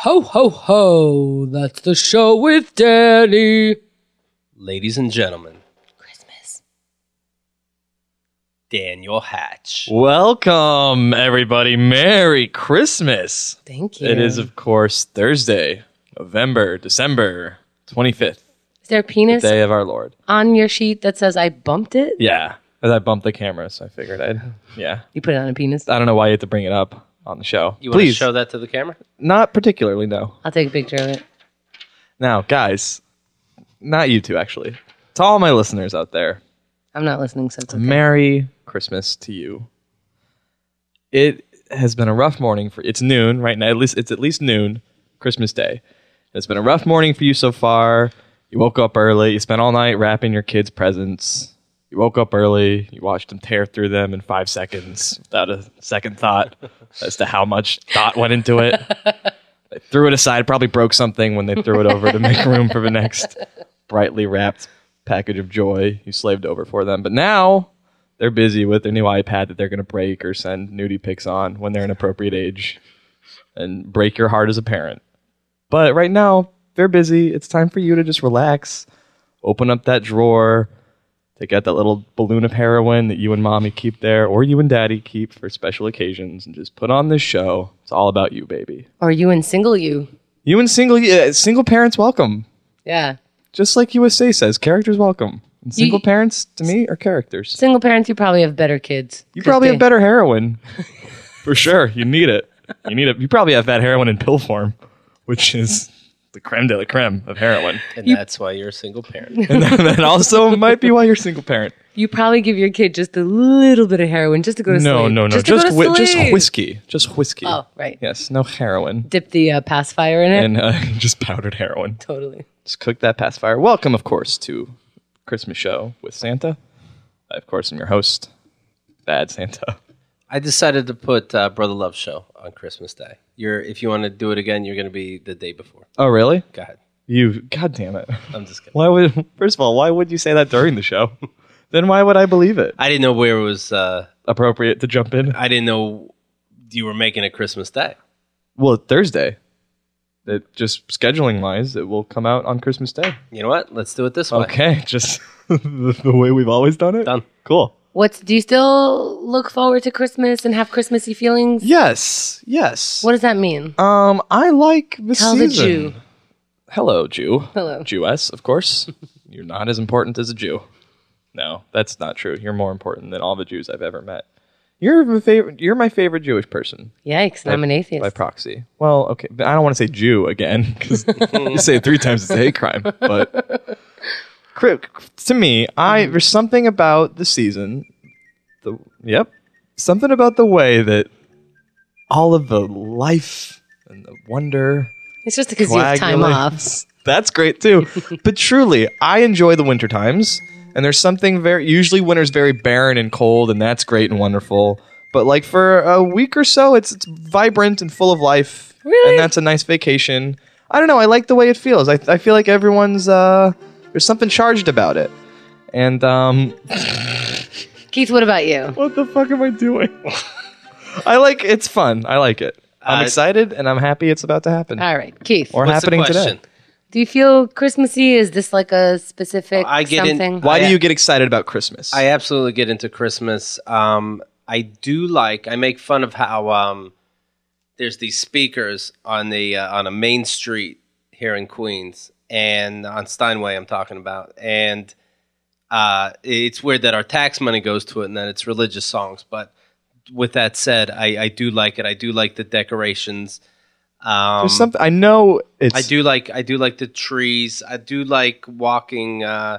Ho, ho, ho. That's the show with Danny. Ladies and gentlemen, Christmas. Daniel Hatch. Welcome, everybody. Merry Christmas. Thank you. It is, of course, Thursday, November, December 25th, Is there a the penis day of our Lord. on your sheet that says I bumped it? Yeah. 'Cause I bumped the camera, so I figured I'd. Yeah. You put it on a penis. I don't know why you have to bring it up on the show. You want to Please. show that to the camera? Not particularly, no. I'll take a picture of it. Now, guys, not you two, actually. To all my listeners out there, I'm not listening, so it's okay. Merry Christmas to you. It has been a rough morning for it's noon right now. At least it's at least noon, Christmas Day. It's been a rough morning for you so far. You woke up early. You spent all night wrapping your kids' presents. You woke up early. You watched them tear through them in five seconds without a second thought as to how much thought went into it. they threw it aside. Probably broke something when they threw it over to make room for the next brightly wrapped package of joy you slaved over for them. But now they're busy with their new iPad that they're going to break or send nudie pics on when they're an appropriate age and break your heart as a parent. But right now, they're busy. It's time for you to just relax, open up that drawer, take out that little balloon of heroin that you and mommy keep there or you and daddy keep for special occasions and just put on this show. It's all about you, baby. Or you and single you. You and single uh, single parents welcome Yeah. just like USA says, characters welcome. And single You- parents to me are characters. Single parents, you probably have better kids. You probably have Christy. better heroin. For sure. You need it. You need it. You probably have that heroin in pill form, which is the creme de la creme of heroin. And that's why you're a single parent. And that also might be why you're single parent. You probably give your kid just a little bit of heroin just to go to sleep. No, no, to no. go to Just whi- just sleep. whiskey. Just whiskey. Oh, right. Yes, no heroin. Dip the uh, pacifier in it. And uh, just powdered heroin. totally. Just cook that pacifier. Welcome, of course, to Christmas show with Santa. I, of course, am your host, Bad Santa. I decided to put uh, Brother Love Show on Christmas Day. You're, if you want to do it again, you're going to be the day before. Oh, really? Go ahead. You, god damn it! I'm just kidding. Why would first of all, why would you say that during the show? then why would I believe it? I didn't know where it was. Uh, Appropriate to jump in. I didn't know you were making it Christmas Day. Well, Thursday. It just scheduling wise, it will come out on Christmas Day. You know what? Let's do it this way. Okay, just the, the way we've always done it. Done. Cool. What's do you still look forward to Christmas and have Christmassy feelings? Yes. Yes. What does that mean? Um, I like the Tell the season. Jew. Hello, Jew. Hello. Jewess, of course. You're not as important as a Jew. No, that's not true. You're more important than all the Jews I've ever met. You're my favorite. You're my favorite Jewish person. Yikes! Now I'm an atheist. by proxy. Well, okay, but I don't want to say Jew again because you say it three times, it's a hate crime. But Cri- to me, I there's something about the season. The yep, something about the way that all of the life and the wonder. it's just because you have time off. coagulates. That's great too. but truly, I enjoy the winter times, and there's something very usually winter's very barren and cold, and that's great and wonderful. But like for a week or so, it's, it's vibrant and full of life, Really? and that's a nice vacation. I don't know. I like the way it feels. I, I feel like everyone's uh, there's something charged about it. And um, Keith, what about you? what the fuck am I doing? I like it's fun. I like it. I'm Uh, excited and I'm happy it's about to happen All right, Keith. or What's happening the today. question? do you feel Christmassy? Is this like a specific I get in- something? Why I- do you get excited about Christmas? I absolutely get into Christmas. Um, I do like. I make fun of how um, there's these speakers on the uh, on a main street here in Queens and on Steinway. I'm talking about, and uh, it's weird that our tax money goes to it, and that it's religious songs. But with that said, I, I do like it. I do like the decorations. Um, There's something I know it's I do like I do like the trees. I do like walking uh,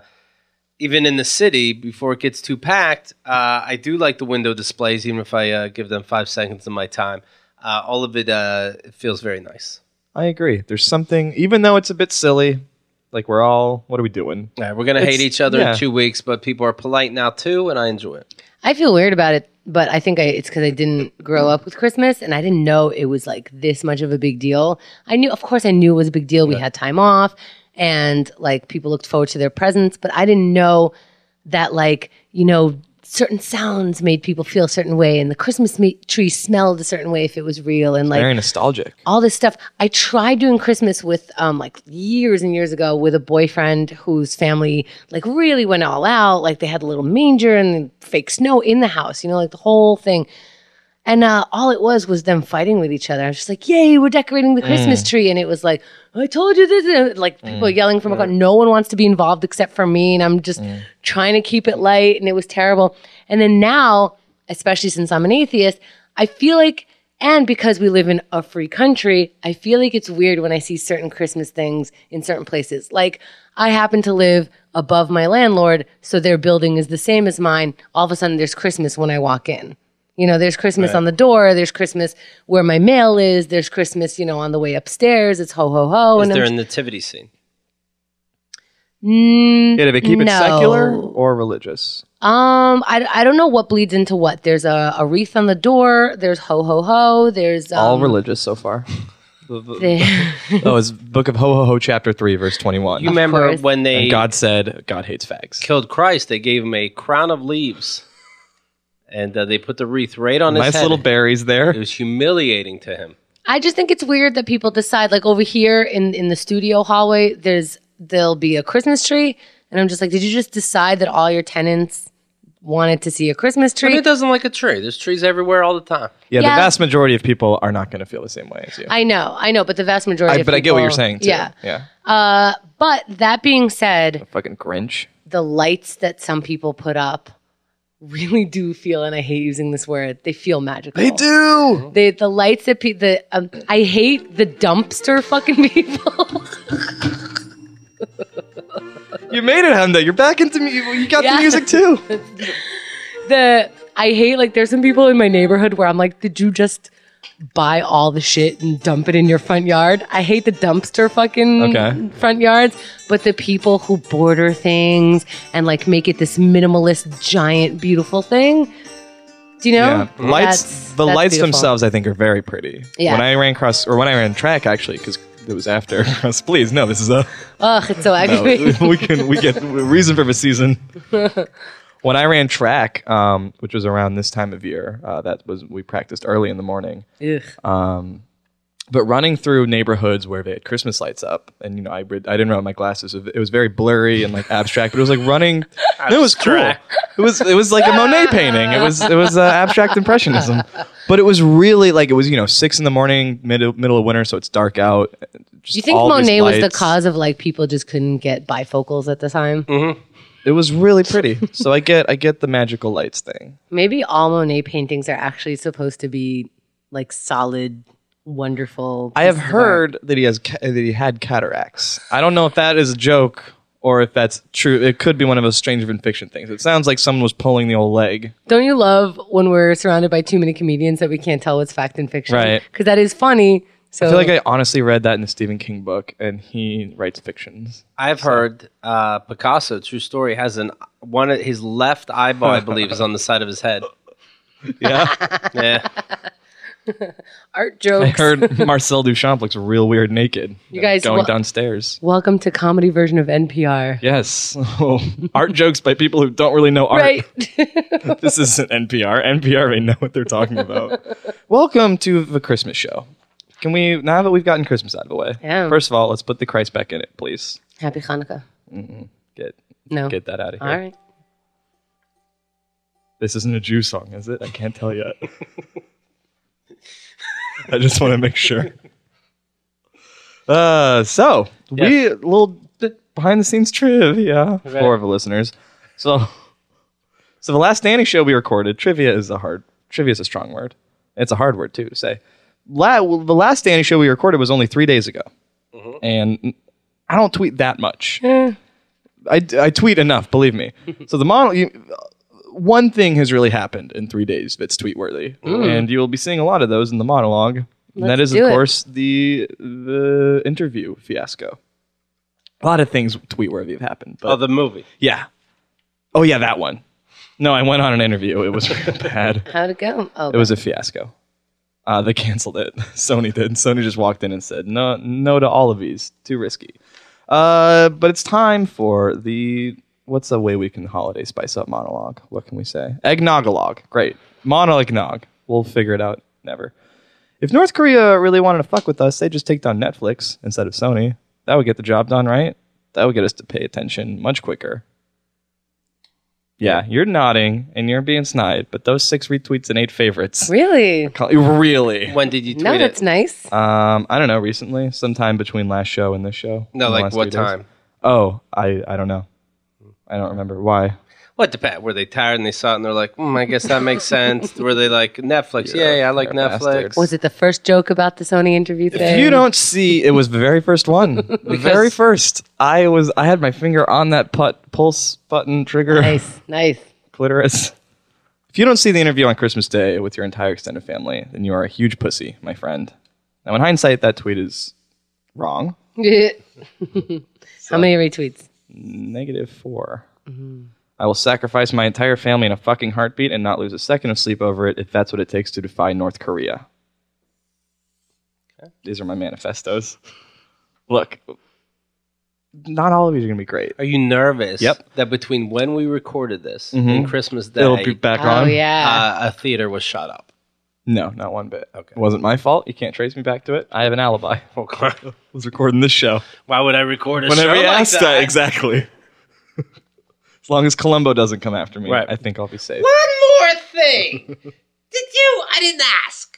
even in the city before it gets too packed. Uh, I do like the window displays, even if I uh, give them five seconds of my time. Uh, all of it uh, it feels very nice. I agree. There's something even though it's a bit silly, like we're all what are we doing? All right, we're gonna hate It's- each other yeah. in two weeks, but people are polite now too, and I enjoy it. I feel weird about it, but I think I, it's because I didn't grow up with Christmas and I didn't know it was like this much of a big deal. I knew, of course, I knew it was a big deal. We had time off and like people looked forward to their presents, but I didn't know that like, you know, certain sounds made people feel a certain way, and the Christmas me- tree smelled a certain way if it was real, and like Very nostalgic. all this stuff. I tried doing Christmas with um like years and years ago with a boyfriend whose family like really went all out. Like they had a little manger and fake snow in the house, you know, like the whole thing. And uh, all it was was them fighting with each other. I was just like, "Yay, we're decorating the Christmas tree!" And it was like, "I told you this!" And, like people yelling from a car. No one wants to be involved except for me, and I'm just trying to keep it light. And it was terrible. And then now, especially since I'm an atheist, I feel like, and because we live in a free country, I feel like it's weird when I see certain Christmas things in certain places. Like I happen to live above my landlord, so their building is the same as mine. All of a sudden, there's Christmas when I walk in. You know, there's Christmas on the door. There's Christmas where my mail is. There's Christmas, you know, on the way upstairs. It's ho ho ho. Is and there I'm- a nativity scene? Yeah, do they keep it no. secular or religious? um, I, I don't know what bleeds into what. There's a, a wreath on the door. There's ho ho ho. There's um, All religious so far. there- oh, it's Book of Ho Ho Ho, chapter three, verse twenty-one. You remember course. when they and God said, "God hates fags." killed Christ? They gave him a crown of leaves, and uh, they put the wreath right on his Nice head. little berries It there. was humiliating to him. I just think it's weird that people decide like over here in in the studio hallway there's there'll be a Christmas tree and I'm just like did you just decide that all your tenants wanted to see a Christmas But tree? it doesn't like a tree. There's trees everywhere all the time. Yeah, Yeah. the vast majority of people are not going to feel the same way as you. I know, I know, but the vast majority I- of but I get what you're people- saying. Too. Yeah. yeah. Uh but that being said, Fucking Grinch. the lights that some people put up really do feel and I hate using this word, they feel magical. They do. The the lights that pe- the um, I hate the dumpster fucking people. You made it, Hamda. You're back into me. You got Yeah. the music too. the I hate like there's some people in my neighborhood where I'm like, did you just buy all the shit and dump it in your front yard? I hate the dumpster fucking Okay. front yards, but the people who border things and like make it this minimalist, giant, beautiful thing. Do you know? Yeah. Lights. That's- the that's lights beautiful. themselves, I think, are very pretty. Yeah. When I ran cross, or when I ran track, actually, because it was after. cross- Please, no. This is a Ugh, it's so no, aggravating. we can we get reason for the season. when I ran track, um, which was around this time of year, uh, that was we practiced early in the morning. Ugh. but running through neighborhoods where they had Christmas lights up, and you know, I would- I didn't run my glasses. It was very blurry and like abstract, but it was like running. and it was cool. It was it was like a Monet painting. It was it was uh, abstract impressionism, but it was really like it was you know six in the morning, middle middle of winter, so it's dark out. Just Do you think all these Monet was the lights. cause of like people just couldn't get bifocals at the time? Mm-hmm. It was really pretty. so I get I get the magical lights thing. Maybe all Monet paintings are actually supposed to be like solid, wonderful. I have pieces of art. heard that he has ca- that he had cataracts. I don't know if that is a joke or if that's true. It could be one of those stranger than fiction things. It sounds like someone was pulling the old leg. Don't you love when we're surrounded by too many comedians that we can't tell what's fact and fiction? Right. Because that is funny. So I feel like I honestly read that in the Stephen King book, and he writes fictions. I've heard uh, Picasso, true story, has an one of his left eyeball, I believe, is on the side of his head. Yeah, Yeah, art I jokes. heard Marcel Duchamp looks real weird naked. You guys going wa- downstairs? Welcome to comedy version of NPR. Yes, art jokes by people who don't really know art. Right. this isn't NPR. NPR, they know what they're talking about. Welcome to the Christmas show. Can we now that we've gotten Christmas out of the way? Yeah. First of all, let's put the Christ back in it, please. Happy Hanukkah. Get No. get that out of here. All right. This isn't a Jew song, is it? I can't tell yet. I just want to make sure. Uh, so we a little bit behind the scenes trivia for the listeners. So, so the last Danny show we recorded, trivia is a hard trivia is a strong word. It's a hard word too to say. La, well, the last Danny show we recorded was only three days ago, and I don't tweet that much. Eh. I, I tweet enough, believe me. So the model, you, one thing has really happened in three days that's tweet worthy, and you will be seeing a lot of those in the monologue. and that Let's is, of do it. course, the the interview fiasco. A lot of things tweet worthy have happened, but oh, the movie. yeah, oh yeah, that one. No, I went on an interview. It was real bad. How'd it go? Oh, It was a fiasco. Uh, they canceled it. Sony did. Sony just walked in and said, "No, no to all of these. Too risky." Uh, but it's time for the what's a way we can holiday spice up monologue? What can we say? Eggnogalogue. Great. Monologue. We'll figure it out. Never. If North Korea really wanted to fuck with us, they'd just take down Netflix instead of Sony. That would get the job done, right? That would get us to pay attention much quicker. Yeah, you're nodding and you're being snide, but those six retweets and eight favorites. Really? Really? When did you tweet No, it? that's nice. Um, I don't know. Recently, sometime between last show and this show. no, in the like last what three days. time? Oh, I I don't know. I don't remember why. What the pat? Were they tired and they saw it and they're like, hmm, I guess that makes sense. Were they like Netflix? You're Yeah, a- yeah, I like you're a Netflix. bastard. Was it the first joke about the Sony interview If thing? you don't see, it was the very first one. The very first. I was. I had my finger on that put pulse button trigger Nice, nice. clitoris. If you don't see the interview on Christmas Day with your entire extended family, then you are a huge pussy, my friend. Now, in hindsight, that tweet is wrong. How many retweets? negative 4 Mm-hmm. I will sacrifice my entire family in a fucking heartbeat and not lose a second of sleep over it if that's what it takes to defy North Korea. These are my manifestos. Look, not all of these are going to be great. Are you nervous? Yep. Mm-hmm. That between when we recorded this and Christmas Day, It'll be back oh on. yeah. uh, a theater was shut up. No, not one bit. Okay. It wasn't my fault. You can't trace me back to it. I have an alibi. I was recording this show. Why would I record a Whenever show you like asked that, exactly. as long as Columbo doesn't come after me, Right. I think I'll be One safe. more thing. Did you? I didn't ask.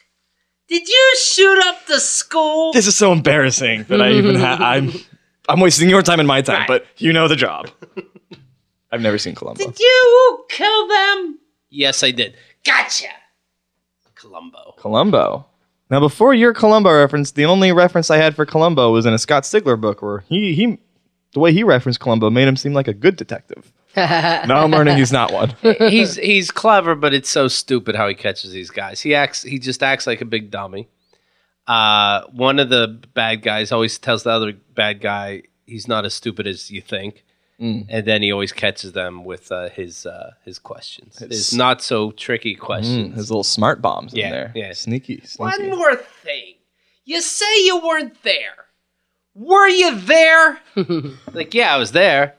Did you shoot up the school? this is so embarrassing that I even ha- I'm I'm wasting your time and my time, but you know the job. I've never seen Columbo. Did you kill them? Yes, I did. Gotcha. Columbo. Columbo. Now, before your Columbo reference, the only reference I had for Columbo was in a Scott Stigler book where he he the way he referenced Columbo made him seem like a good detective. now I'm learning he's not one. he's he's clever, but it's so stupid how he catches these guys. He acts he just acts like a big dummy. Uh, one of the bad guys always tells the other bad guy he's not as stupid as you think, and then he always catches them with uh, his uh, his questions, his not so tricky questions. His Hmm, little smart bombs Yeah, in there. yeah. Sneaky, One sneaky. more thing. You say you weren't there. Were you there? Like, yeah, I was there.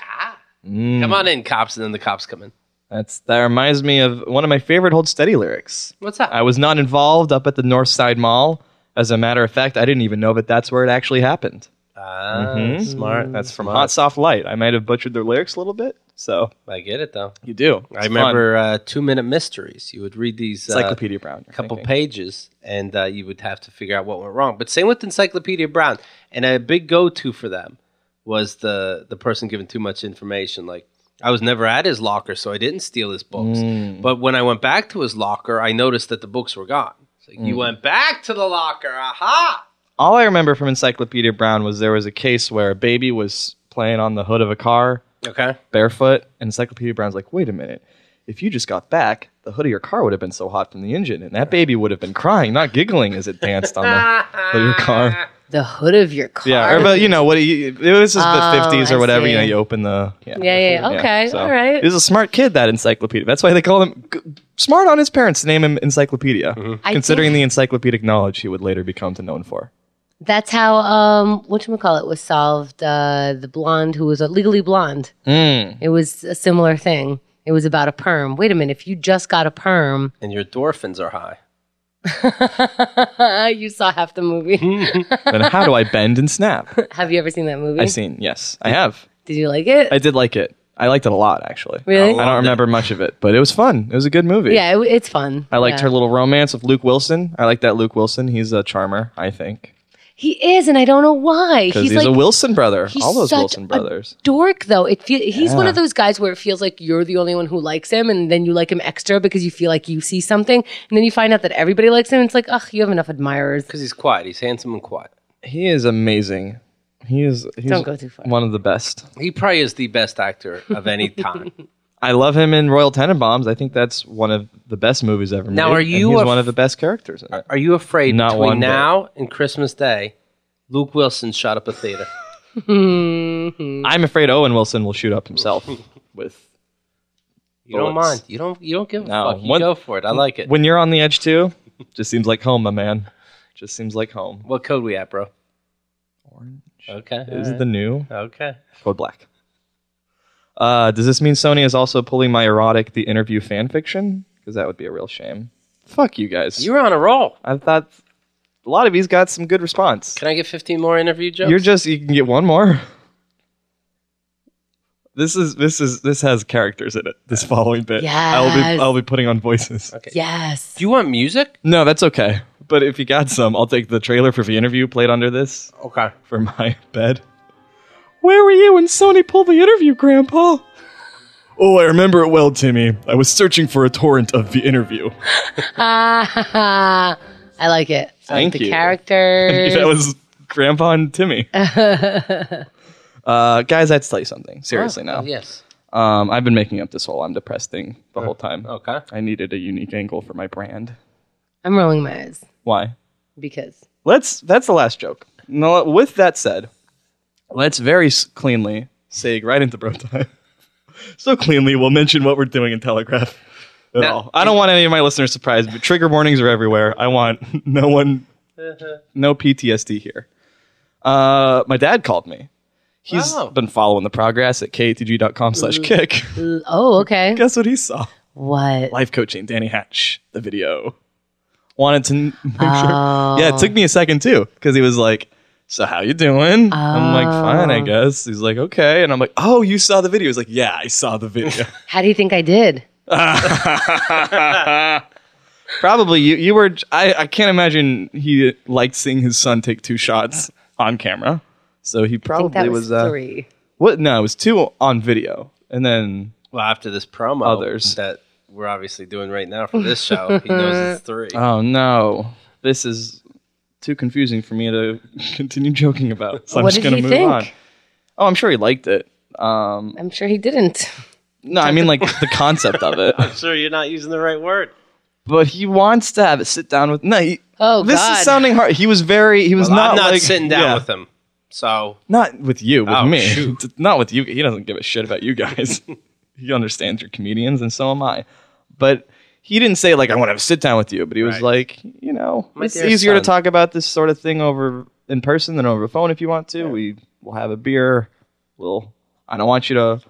Ah, Come on in, cops, and then the cops come in. That's that reminds me of one of my favorite Hold Steady lyrics. What's up? I was not involved up at the North Side Mall. As a matter of fact, I didn't even know that that's where it actually happened. Ah, Mhm. smart. That's from Hot Soft Light. I might have butchered their lyrics a little bit, so I get it though. you do. I remember uh, two minute mysteries. You would read these uh, Encyclopedia Brown. A couple pages and uh, you would have to figure out what went wrong. But same with Encyclopedia Brown. And a big go to for them was the, the person given too much information. Like, I was never at his locker, so I didn't steal his books. Mm. But when I went back to his locker, I noticed that the books were gone. It's like, Mm. you went back to the locker. Aha. All I remember from Encyclopedia Brown was there was a case where a baby was playing on the hood of a car Okay. barefoot, and Encyclopedia Brown's like, "Wait a minute." If you just got back, the hood of your car would have been so hot from the engine, and that baby would have been crying, not giggling, as it danced on the hood of your car. the hood of your car. Yeah, or, but you know what? It it was just Oh, the fifties I or whatever. You know, see. you open the Yeah, yeah, okay, all right. He was a smart kid. That encyclopedia. That's why they call him g- smart on his parents to name him Encyclopedia, I considering the encyclopedic knowledge he would later become to known for. That's how um whatchamacallit was solved. Uh the blonde who was uh, legally blonde. Mm. It was a similar thing. It was about a perm. Wait a minute, if you just got a perm, And your endorphins are high. you saw half the Hmm? movie. Then how do I bend and snap? have you ever seen that movie? I've seen. Yes, I have. Did you like it? I did like it. I liked it a lot, actually. Really? I don't remember much of it, but it was fun. It was a good movie. yeah, it, it's fun. I liked Yeah. her little romance with Luke Wilson. I like that Luke Wilson. He's a charmer, I think, He is, and I don't know why. because he's, like a Wilson brother. he's All those such Wilson a brothers. dork though. It feel, he's one Yeah. of those guys where it feels like you're the only one who likes him, and then you like him extra because you feel like you see something, and then you find out that everybody likes him. And it's like, ugh, you have enough admirers. Because he's quiet. He's handsome and quiet. He is amazing. He is. He's Don't go too far. One of the best. He probably is the best actor of any time. I love him in Royal Tenenbaums. I think that's one of the best movies ever made. Now, are and you he's a- one of the best characters. In it. Are you afraid Not between one bit. now and Christmas Day, Luke Wilson shot up a theater? Mm. I'm afraid Owen Wilson will shoot up himself. with You don't bullets. mind. You don't. You don't give a No, fuck. You one- go for it. I like it. when you're on the edge too, just seems like home, my man. Just seems like home. what code we at, bro? Orange. Okay. This all is the new right. okay. Code Black. Uh, does this mean Sony is also pulling my erotic The Interview fan fiction? Because that would be a real shame. Fuck you guys. You're on a roll. I thought a lot of these got some good response. Can I get 15 more interview jokes? You're just you can get one more. This is this is this has characters in it. This following bit, I'll Yes. be I'll be putting on voices. Yes. Do you want music? No, that's okay. But if you got some, I'll take the trailer for the interview played under this Okay. for my bed. Where were you when Sony pulled the interview, Grandpa? Oh, I remember it well, Timmy. I was searching for a torrent of the interview. I like it. I Thank like the you. characters. that was Grandpa and Timmy. uh, guys, I'd tell you something. Seriously, now. Oh, Yes. Um, I've been making up this whole I'm depressed thing the whole time. Okay. I needed a unique angle for my brand. I'm rolling my eyes Why? because Let's. That's the last joke. No. With that said, let's very s- cleanly sig right into bro time. so cleanly, we'll mention what we're doing in Telegraph. At Now- all. I don't want any of my listeners surprised, but trigger warnings are everywhere. I want no one, no PTSD here. Uh, my dad called me. He's Wow. been following the progress at ktg.com slash kick. oh okay. Guess what he saw? What? life coaching Danny Hatch the video. Wanted to n- make sure. Oh. Yeah, it took me a second too because he was like, "So how you doing?" I'm like, "Fine, I guess." He's like, "Okay," and I'm like, "Oh, you saw the video?" He's like, "Yeah, I saw the video." How do you think I did? Probably you. You were. I, I can't imagine he liked seeing his son take two shots on camera. So he I think probably that was, uh, three. what? No, it was two on video, and then Well, after this promo Others. that we're obviously doing right now for this show, he knows it's three. Oh no, this is too confusing for me to continue joking about. So I'm What just did he going to move think? on. Oh, I'm sure he liked it. Um, I'm sure he didn't. no, I mean like the concept of it. I'm sure you're not using the right word. But he wants to have it sit down with. No, he, Oh, this God. is sounding hard. He was very. He was Well, not I'm not like- sitting down yeah, with him. So Not with you, with Oh, me. shoot. Not with you. He doesn't give a shit about you guys. he understands you're comedians, and so am I. But he didn't say like I want to have a sit down with you, but he was Right. like, you know, My it's dear easier son. to talk about this sort of thing over in person than over the phone if you want to. We will have a beer. We'll. I don't want you to.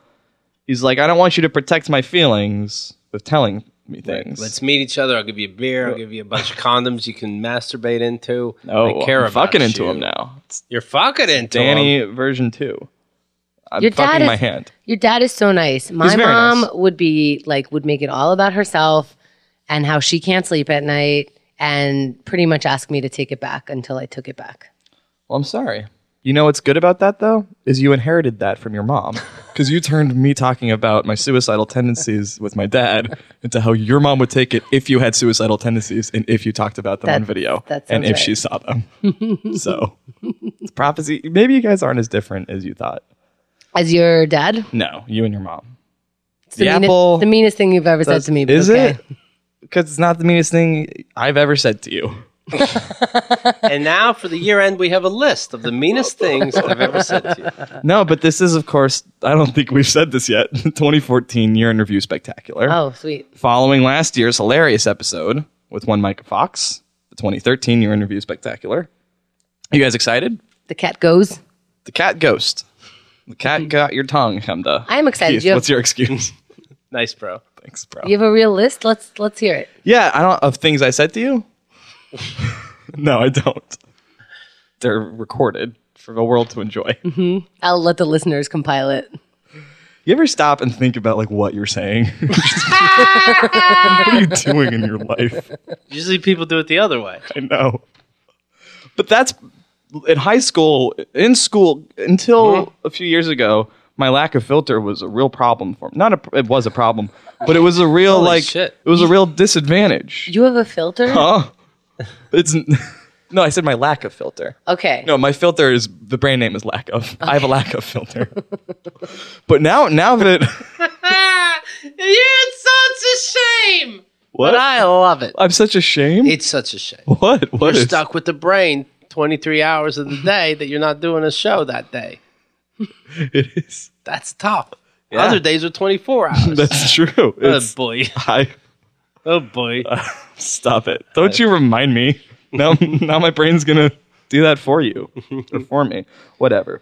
He's like, I don't want you to protect my feelings with telling me things. let's meet each other. I'll give you a beer. I'll give you a bunch of condoms you can masturbate into. oh, I care I'm about fucking into you. um, him now. It's You're fucking into him. Danny version two. I'm Your dad fucking my is- hand. Your dad is so nice. My very mom nice. would be like, would make it all about herself and how she can't sleep at night and pretty much ask me to take it back until I took it back. Well, I'm sorry. You know what's good about that though is you inherited that from your mom because you turned me talking about my suicidal tendencies with my dad into how your mom would take it if you had suicidal tendencies and if you talked about them on That- video that and sounds if she right. saw them. so it's prophecy. Maybe you guys aren't as different as you thought. As your dad, No, you and your mom. it's the, The meanest, apple the meanest thing you've ever said That's- to me. but Is okay. it? Because it's not the meanest thing I've ever said to you. and now for the year end, we have a list of the meanest things I've ever said to you. No, but this is, of course, I don't think we've said this yet. 2014 year in review spectacular. Oh, sweet. Following last year's hilarious episode with one Micah Fox, the 2013 year in review spectacular. You guys excited? The cat goes. The cat ghost. The cat got your tongue, Hemda. I am Mm-hmm. excited. Keith, You have- what's your excuse? Nice, bro. Thanks, bro. You have a real list? Let's let's hear it. Yeah, I don't of things I said to you. no, I don't. They're recorded for the world to enjoy. I'll let the listeners compile it. You ever stop and think about like what you're saying? what are you doing in your life? Usually people do it the other way. I know. But that's in high school, in school, until Uh-huh. a few years ago, my lack of filter was a real problem for me. Not a, it was a problem, but it was a real Holy like shit. it was a real disadvantage. You have a filter? Huh? It's no, I said my lack of filter. Uh-huh. Okay. No, my filter is the brand name is lack of. I have a lack of filter. but now, now that Ah, it's such a shame. what I love it. I'm such a shame. It's such a shame. what? What You're is- stuck with the brain 23 hours of the day that you're not doing a show that day. it is? That's tough. Other days are 24 hours. That's true. oh It's, boy. I Oh boy. stop it. Don't you remind me. Now, now my brain's gonna do that for you or for me. Whatever.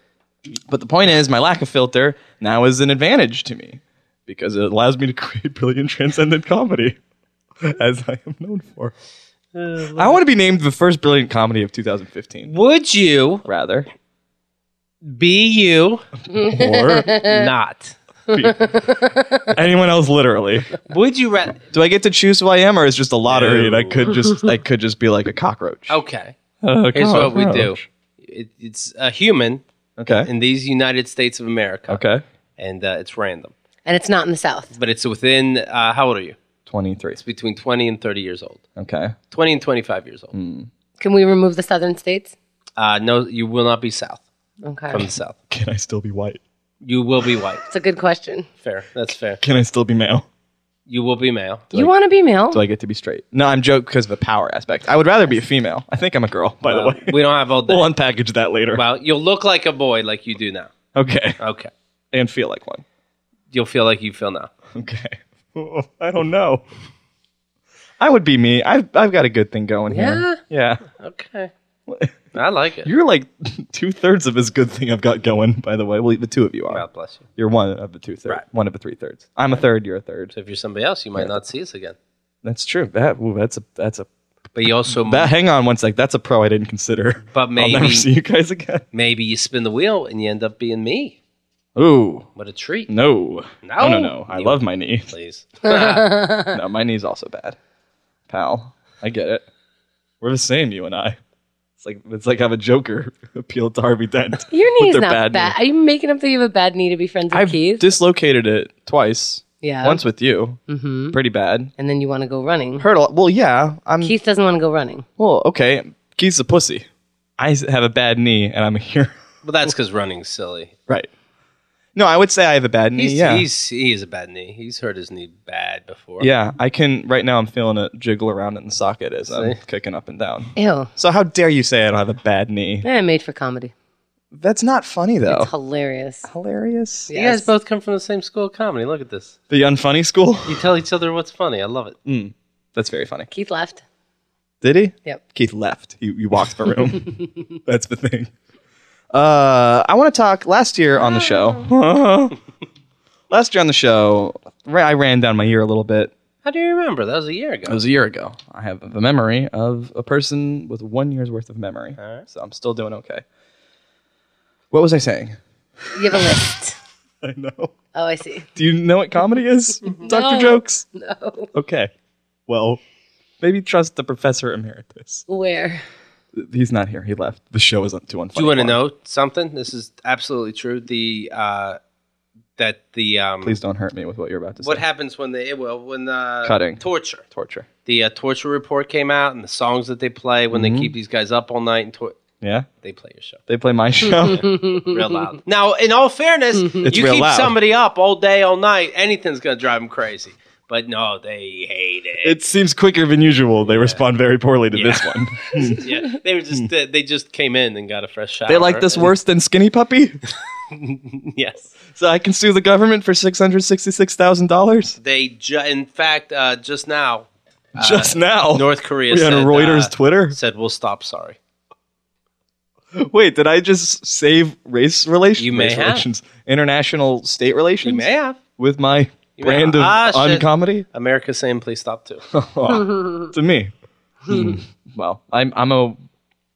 But the point is, my lack of filter now is an advantage to me because it allows me to create brilliant, transcendent comedy, as I am known for. I want to be named the first brilliant comedy of 2015, Would you rather. be you Or not? anyone else, literally. Would you rather? Do I get to choose who I am, or is it just a lottery? And I could just, I could just be like a cockroach. Okay. A Oh, Here's what we do. Uh, cockroach. It, it's a human Okay. in these United States of America, Okay. and uh, it's random, and it's not in the South. but it's within. Uh, how old are you? Twenty-three. Between twenty and thirty years old. Okay. Twenty and twenty-five years old. Hmm. Can we remove the Southern states? Uh, no, you will not be South Okay, from the South. Can I still be white? You will be white. it's a good question. Fair. That's fair. Can I still be male? You will be male. you want to be male? Do I get to be straight? No, I'm joke because of the power aspect. I would rather be a female. I think I'm a girl, by Uh, the way. we don't have all day. We'll unpackage that later. Well, you'll look like a boy like you do now. Okay. Okay. And feel like one. You'll feel like you feel now. Okay. I don't know. I would be me. I've, I've got a good thing going here. Yeah. Okay. I like it. You're like two thirds of his good thing I've got going, by the way. Well, the two of you are. God bless you. You're one of the two thirds. Right. One of the three thirds. I'm a third. You're a third. So if you're somebody else, you might not see us again. That's true. That ooh, that's a that's a But you also that. Hang on one sec. That's a pro I didn't consider. But I'll never maybe- see you guys again. maybe you spin the wheel and you end up being me. Ooh. What a treat. No. No, Oh, No. no, no. I You- love my knee. Please. No, my knee's also bad. Pal, I get it. We're the same, you and I. It's like it's like I'm a Joker appeal to Harvey Dent. Your with knee's their not bad. bad knee. Are you making up that you have a bad knee to be friends with I've Keith? dislocated it twice. Yeah. Once with you. Mm-hmm. Pretty bad. and then you want to go running. Hurt a lot. Well, yeah. I'm Keith doesn't want to go running. well, okay. Keith's a pussy. I s- have a bad knee and I'm here. Well, that's because running's silly. right. No, I would say I have a bad knee. He's, yeah. he's, he is a bad knee. He's hurt his knee bad before. yeah, I can right now I'm feeling it jiggle around in the socket as I'm See? kicking up and down. Ew. So how dare you say I don't have a bad knee? Eh, made for comedy. That's not funny though. It's hilarious. hilarious. You guys both come from the same school of comedy. Look at this. The unfunny school. You tell each other what's funny. I love Mm. it. That's very funny. Keith left. Did he? Yep. Keith left. He, he walked the room. That's the thing. Uh, I want to talk. Last year on the show, last year on the show, ra- I ran down my year a little bit. How do you remember? That was a year It ago. was a year ago. I have the memory of a person with one year's worth of memory. right. So I'm still doing okay. What was I saying? You have a list. I know. Oh, I see. Do you know what comedy is? Doctor Jokes? No. Okay. Well, maybe trust the professor emeritus. Where? He's not here. He left. The show is too unfunny. Do you want to for him. know something? This is absolutely true. The uh, that the um, Please don't hurt me with what you're about to what say. happens when they well when the Cutting. torture Torture. the uh, torture report came out and the songs that they play when Mm-hmm. they keep these guys up all night and tor- Yeah? they play your show They play my show. real loud. Now, in all fairness, you real keep loud. somebody up all day, all night, anything's gonna drive them crazy. But no, they hate it. it seems quicker than usual. They respond very poorly to this one. yeah, they were just uh, they just came in and got a fresh shower. They like this worse than Skinny Puppy? Yes, so I can sue the government for $666,000? they ju- in fact uh, just now Just now. Uh, North Korea Oh, we said, on Reuters uh, Twitter. said we'll stop. Sorry. Wait, did I just save race relations? You may race have. relations, international state relations. You may have with my may brand of have. Ah, shit. uncomedy Oh, America saying please stop too. to me. Hmm. Well, I'm I'm a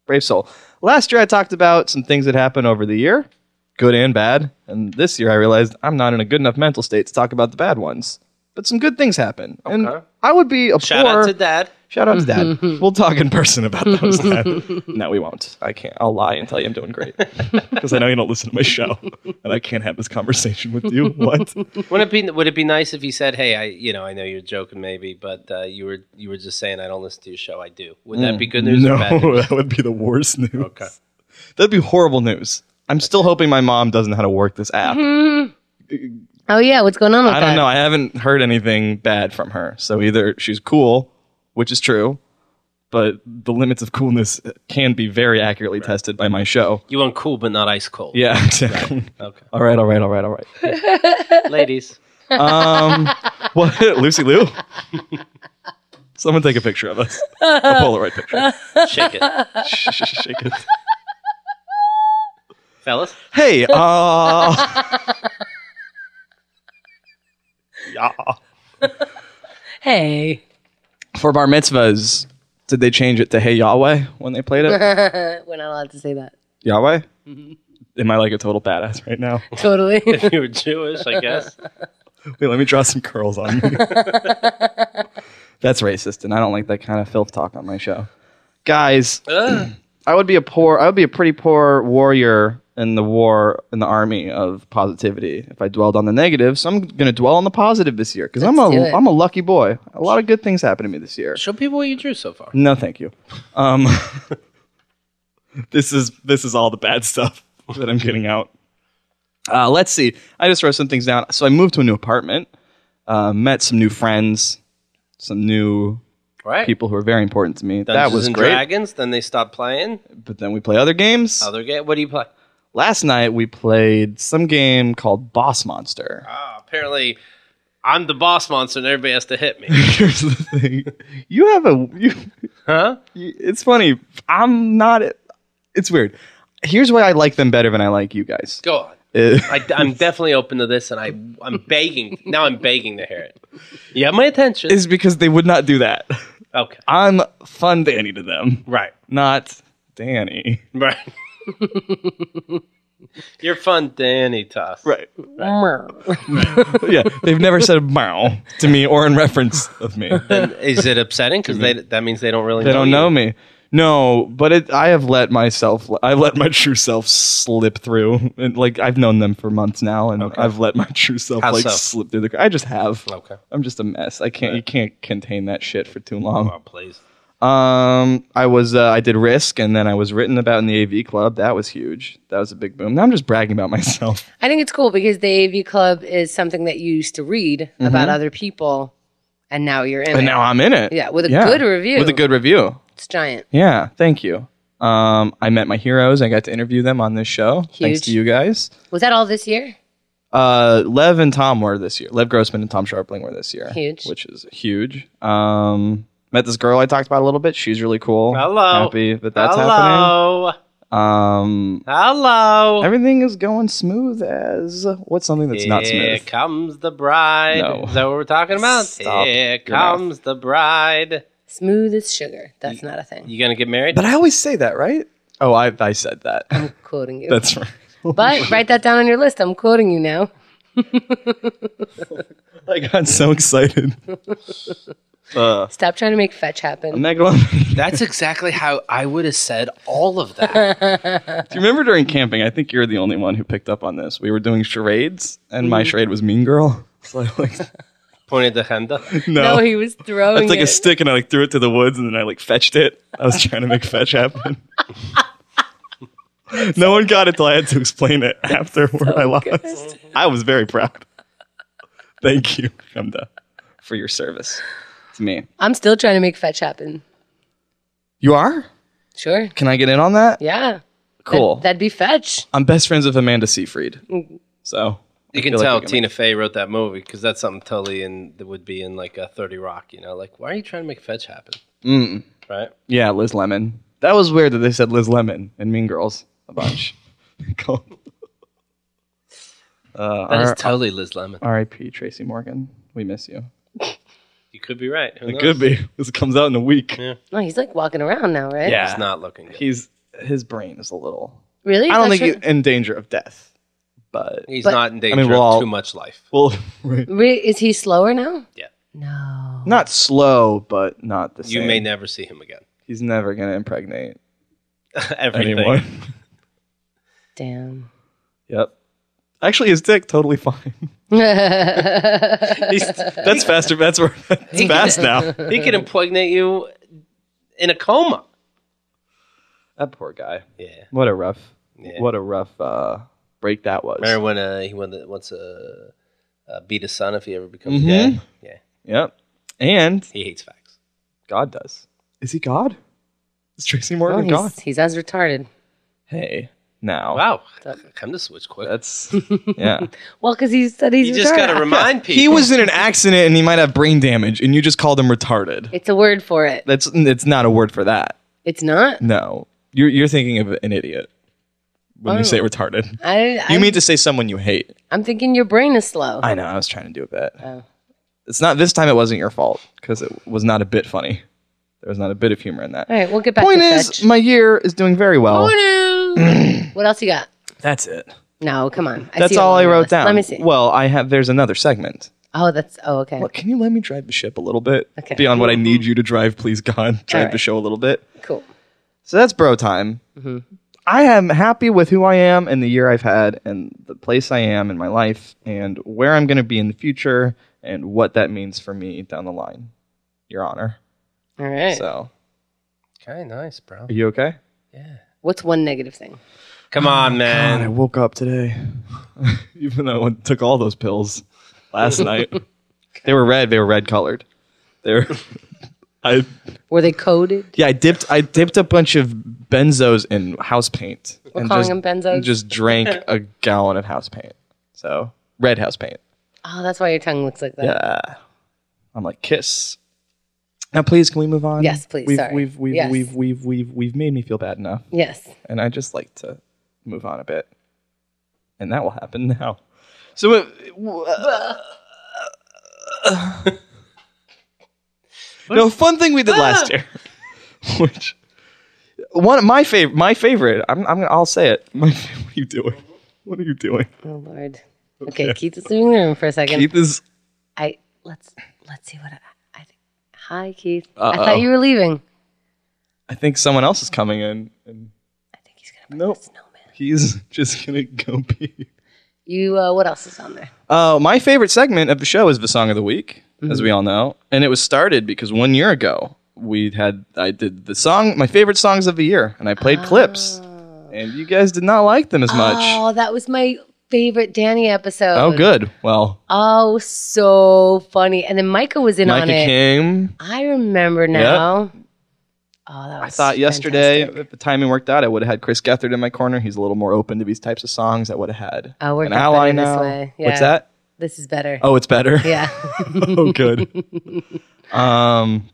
brave soul. Last year I talked about some things that happened over the year, good and bad, and this year I realized I'm not in a good enough mental state to talk about the bad ones. But some good things happened, and Okay. I would be a Shout poor out to Dad. Shout out to Dad. Mm-hmm. we'll talk in person about those. Dad. No, we won't. I can't. I'll lie and tell you I'm doing great because I know you don't listen to my show, and I can't have this conversation with you. What? Wouldn't it be Would it be nice if he said, "Hey, I, you know, I know you're joking, maybe, but uh, you were you were just saying I don't listen to your show. I do." Would that be good news no, or bad news? that would be the worst news. Okay, that'd be horrible news. I'm still hoping my mom doesn't know how to work this app. Mm-hmm. Oh, yeah. What's going on with I that? don't know. I haven't heard anything bad from her. So either she's cool, which is true, but the limits of coolness can be very accurately tested by my show. You want cool, but not ice cold. Yeah, exactly. Okay. All right, all right, all right, all right. ladies. Um, what, Lucy Lou? Someone take a picture of us. A Polaroid picture. Shake it. Sh- sh- sh- Shake it. fellas. Hey, uh, yeah. Hey. for bar mitzvahs, did they change it to Hey Yahweh when they played it? Uh, We're not allowed to say that. Yahweh? Am I like a total badass right now? Totally. If you were Jewish, I guess. Wait, let me draw some curls on me. That's racist, and I don't like that kind of filth talk on my show. Guys, Uh, I would be a poor, I would be a pretty poor warrior in the war in the army of positivity if I dwelled on the negative. So I'm going to dwell on the positive this year because I'm a Let's do it. am a lucky boy. A lot of good things happened to me this year. show people what you drew so far. No, thank you. Um, this is this is all the bad stuff that I'm getting out. Uh, let's see. I just wrote some things down. So I moved to a new apartment, uh, met some new friends, some new Right. people who are very important to me. Dungeons that was and great. Dragons. Then they stopped playing. But then we play other games. Other game. Oh, What do you play? Last night we played some game called Boss Monster. Ah, apparently, I'm the boss monster, and everybody has to hit me. Here's the thing. You have a you, Huh? Y- it's funny. I'm not. It's weird. Here's why I like them better than I like you guys. Go on. Uh, I, am definitely open to this, and I I'm begging now. I'm begging to hear it. You have my attention. is because they would not do that. okay. I'm fun Danny to them, Right. not Danny. Right. You're fun, Danny Toss. Right. Mer. yeah. They've never said meow to me or in reference of me. Then is it upsetting? Because they that means they don't really They don't you. know me. No, but it, I have let myself, I let my true self slip through. And like I've known them for months now, and I've let my true self How like so? slip through the. cr- I just have. Okay. I'm just a mess. I can't. You can't contain that shit for too long. Oh please. Um, I was. Uh, I did Risk, and then I was written about in the AV Club. That was huge. That was a big boom. Now I'm just bragging about myself. I think it's cool because the AV Club is something that you used to read about other people, and now you're in. Mm-hmm. And it. now I'm in it. Yeah, with a good review. With a good review. it's giant. Yeah, thank you. Um, I met my heroes. I got to interview them on this show. Thanks Huge. to you guys. Was that all this year? Uh, Lev and Tom were this year. Lev Grossman and Tom Sharpling were this year. Huge. Which is huge. Um, met this girl I talked about a little bit. She's really cool. Hello. Happy that that's Hello. happening. Um, Hello. everything is going smooth as what's something that's not Here smooth? comes the bride. No. Is that what we're talking about? Stop Here your mouth. comes the bride. Smooth as sugar. That's not a thing. You gonna get married? But I always say that, right? Oh, I, I said that. I'm quoting you. that's right. but write that down on your list. I'm quoting you now. I got so excited. uh, Stop trying to make fetch happen. megalomaniac. That's exactly how I would have said all of that. Do you remember during camping? I think you're the only one who picked up on this. We were doing charades, and my charade was Mean Girl. So I like, Pointed the hand up. No, no, he was throwing it's like it. a stick, and I like threw it to the woods, and then I like fetched it. I was trying to make fetch happen. no one got it till I had to explain it afterward. I Oh, lost. I was very proud. Thank you, Hamda, for your service to me. I'm still trying to make fetch happen. You are? Sure. Can I get in on that? Yeah. Cool. That'd be fetch. I'm best friends with Amanda Seyfried, so Mm-hmm. You I can feel like tell we Tina Fey wrote that movie because that's something totally in that would be in like a Thirty Rock. You know, like why are you trying to make fetch happen? Mm. Right? Yeah, Liz Lemon. That was weird that they said Liz Lemon and Mean Girls a bunch. Cool. uh, That is R- totally Liz Lemon. R.I.P. Tracy Morgan. We miss you. You could be right. Who It knows? could be. This comes out in a week. No, he's like walking around now, right? Yeah. It's not looking good. He's his brain is a little. Really? I don't That's think he's in danger of death, but He's But- not in danger we'll all- of too much life. well, right. what- Re- Is he slower now? Yeah. No. not slow, but not the You same. may never see him again. he's never gonna impregnate Everything. anyone. Damn. yep. Actually, his dick totally fine. He's- that's faster. That's where. That's fast now. He could impregnate you in a coma. That poor guy. Yeah. What a rough, Yeah. what a rough uh, break that was. Remember when uh, he wanted, wants to uh, beat his son if he ever becomes Mhm. gay? Yeah. Yep. And He hates facts. God does. Is he God? Is Tracy Morgan Oh, God? he's, he's as retarded. Hey, now Wow. Come to switch quick. that's yeah. Well, because he said he's you retarded. just got to remind people. he was in an accident and he might have brain damage, and you just called him retarded. It's a word for it. That's it's not a word for that. It's not. No, you're you're thinking of an idiot. when you say retarded. Oh. I, I, You mean to say someone you hate? I'm thinking your brain is slow. I know. I was trying to do a bit. Oh. It's not this time. It wasn't your fault because it was not a bit funny. There was not a bit of humor in that. All right, we'll get back Point to is, fetch. my year is doing very well. what else you got? That's it. No, come on. I That's see it all on I your wrote list. down. Let me see. Well, I have. There's another segment. oh, that's oh okay. Look, can you let me drive the ship a little bit Okay. beyond what I need you to drive? Please, God, drive right. Mm-hmm. the show a little bit. Cool. So that's bro time. I am happy with who I am and the year I've had and the place I am in my life and where I'm going to be in the future and what that means for me down the line, Your Honor. All right. So, Okay, nice, bro. are you okay? What's one negative thing? Come on, And I man. woke up today, even though I took all those pills last night. They were red. They were red colored. They were. I Were they coded? Yeah, I dipped I dipped a bunch of benzos in house paint. We're calling them benzos? Just drank a gallon of house paint. So red house paint. Oh, that's why your tongue looks like that. I'm like kiss. Now please, can we move on? Yes, please, We've sorry. we've we've, Yes. we've we've we've we've made me feel bad enough, Yes. and I just like to move on a bit, and that will happen now. So uh, no fun thing we did last Ah. year, which one of my favorite, my favorite. I'm, I'm gonna, I'll say it. My, fav- what are you doing? What are you doing? Oh Lord. Okay, Keith is leaving the room for a second. Keith is. I let's let's see what I, I think. Hi, Keith. I thought you were leaving. I think someone else is coming in, and I think he's gonna bring Nope. the snowman. he's just gonna go pee. You. Uh, what else is on there? Uh, my favorite segment of the show is the song of the week, as Mm-hmm. we all know, and it was started because one year ago we had I did the song, my favorite songs of the year, and I played clips, and you guys did not like them as much. Oh, Ah. Oh, that was my favorite Danny episode. good. Well, Oh, so funny. And then Micah was in Micah on it. came. I remember now. Oh, that was I thought yesterday, if the timing worked out, I would have had Chris Gethard in my corner. He's a little more open to these types of songs. I would have had Oh, we're an talking ally in this now. way. Yeah. What's that? This is better. Oh, it's better. Yeah. oh, good. Um,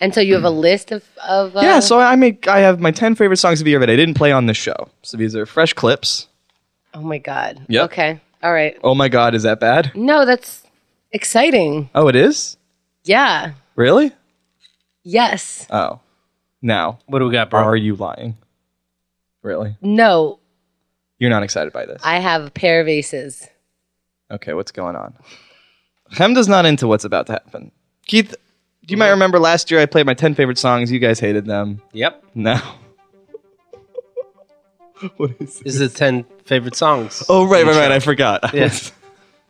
and so you have a list of of uh, Yeah, so I make I have my ten favorite songs of the year that I didn't play on this show. So these are fresh clips. Oh my god. Yep. Okay. All right. Oh my god, is that bad? No, that's exciting. Oh, it is. Yeah. Really? Yes. Oh, now What do we got, bro? are you lying? Really? No. You're not excited by this? I have a pair of aces. Okay, what's going on? Hemda's not into what's about to happen. Keith, you might remember last year I played my ten favorite songs. You guys hated them. Yep. No. what is? It? This is the 10 favorite songs. Oh right, right, right. I forgot. Yes.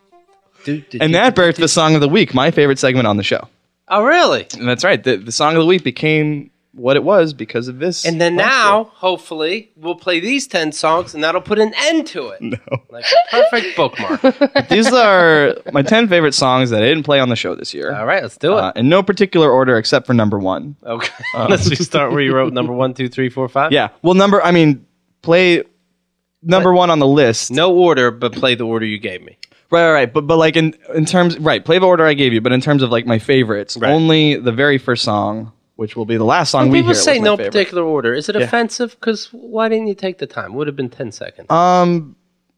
and that birthed the song of the week, my favorite segment on the show. Oh, really? And that's right. The, the song of the week became what it was because of this. And then last now, year. hopefully, we'll play these 10 songs and that'll put an end to it. No. Like a perfect bookmark. these are my ten favorite songs that I didn't play on the show this year, All right, let's do it. uh, in no particular order except for number one. okay. Let's just start where you wrote number one, two, three, four, five. Yeah, well, number I mean, play number one on the list. No order, but play the order you gave me. Right, right, right. But but like in in terms, right? Play the order I gave you, but in terms of like my favorites, only the very first song, which will be the last song we People hear. say was my no favorite. particular order. Is it offensive? Because why didn't you take the time? Would have been 10 seconds. Uh, Um,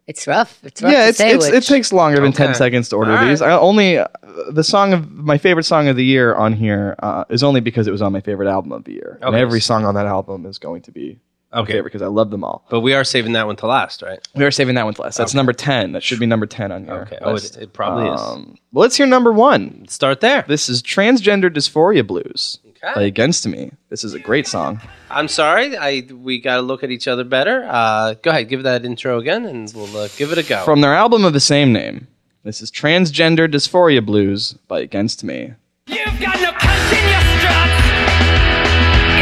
It's rough. It's rough Yeah, to it's, say it's, which. it takes longer than 10 Okay. seconds to order All right. these. I only uh, the song of my favorite song of the year on here uh, is only because it was on my favorite album of the year. And Okay. every song on that album is going to be my Okay. favorite because I love them all. but we are saving that one to last, right? We are saving that one to last. That's number 10. That should be number 10 on your Okay. Oh, list. it, it probably is. Um, well, let's hear number one. Start there. This is Transgender Dysphoria Blues Okay. by Against Me. This is a great song. I'm sorry. I we got to look at each other better. Uh, go ahead, give that intro again, and we'll uh, give it a go. From their album of the same name, this is Transgender Dysphoria Blues by Against Me. You've got no cunt in your struts.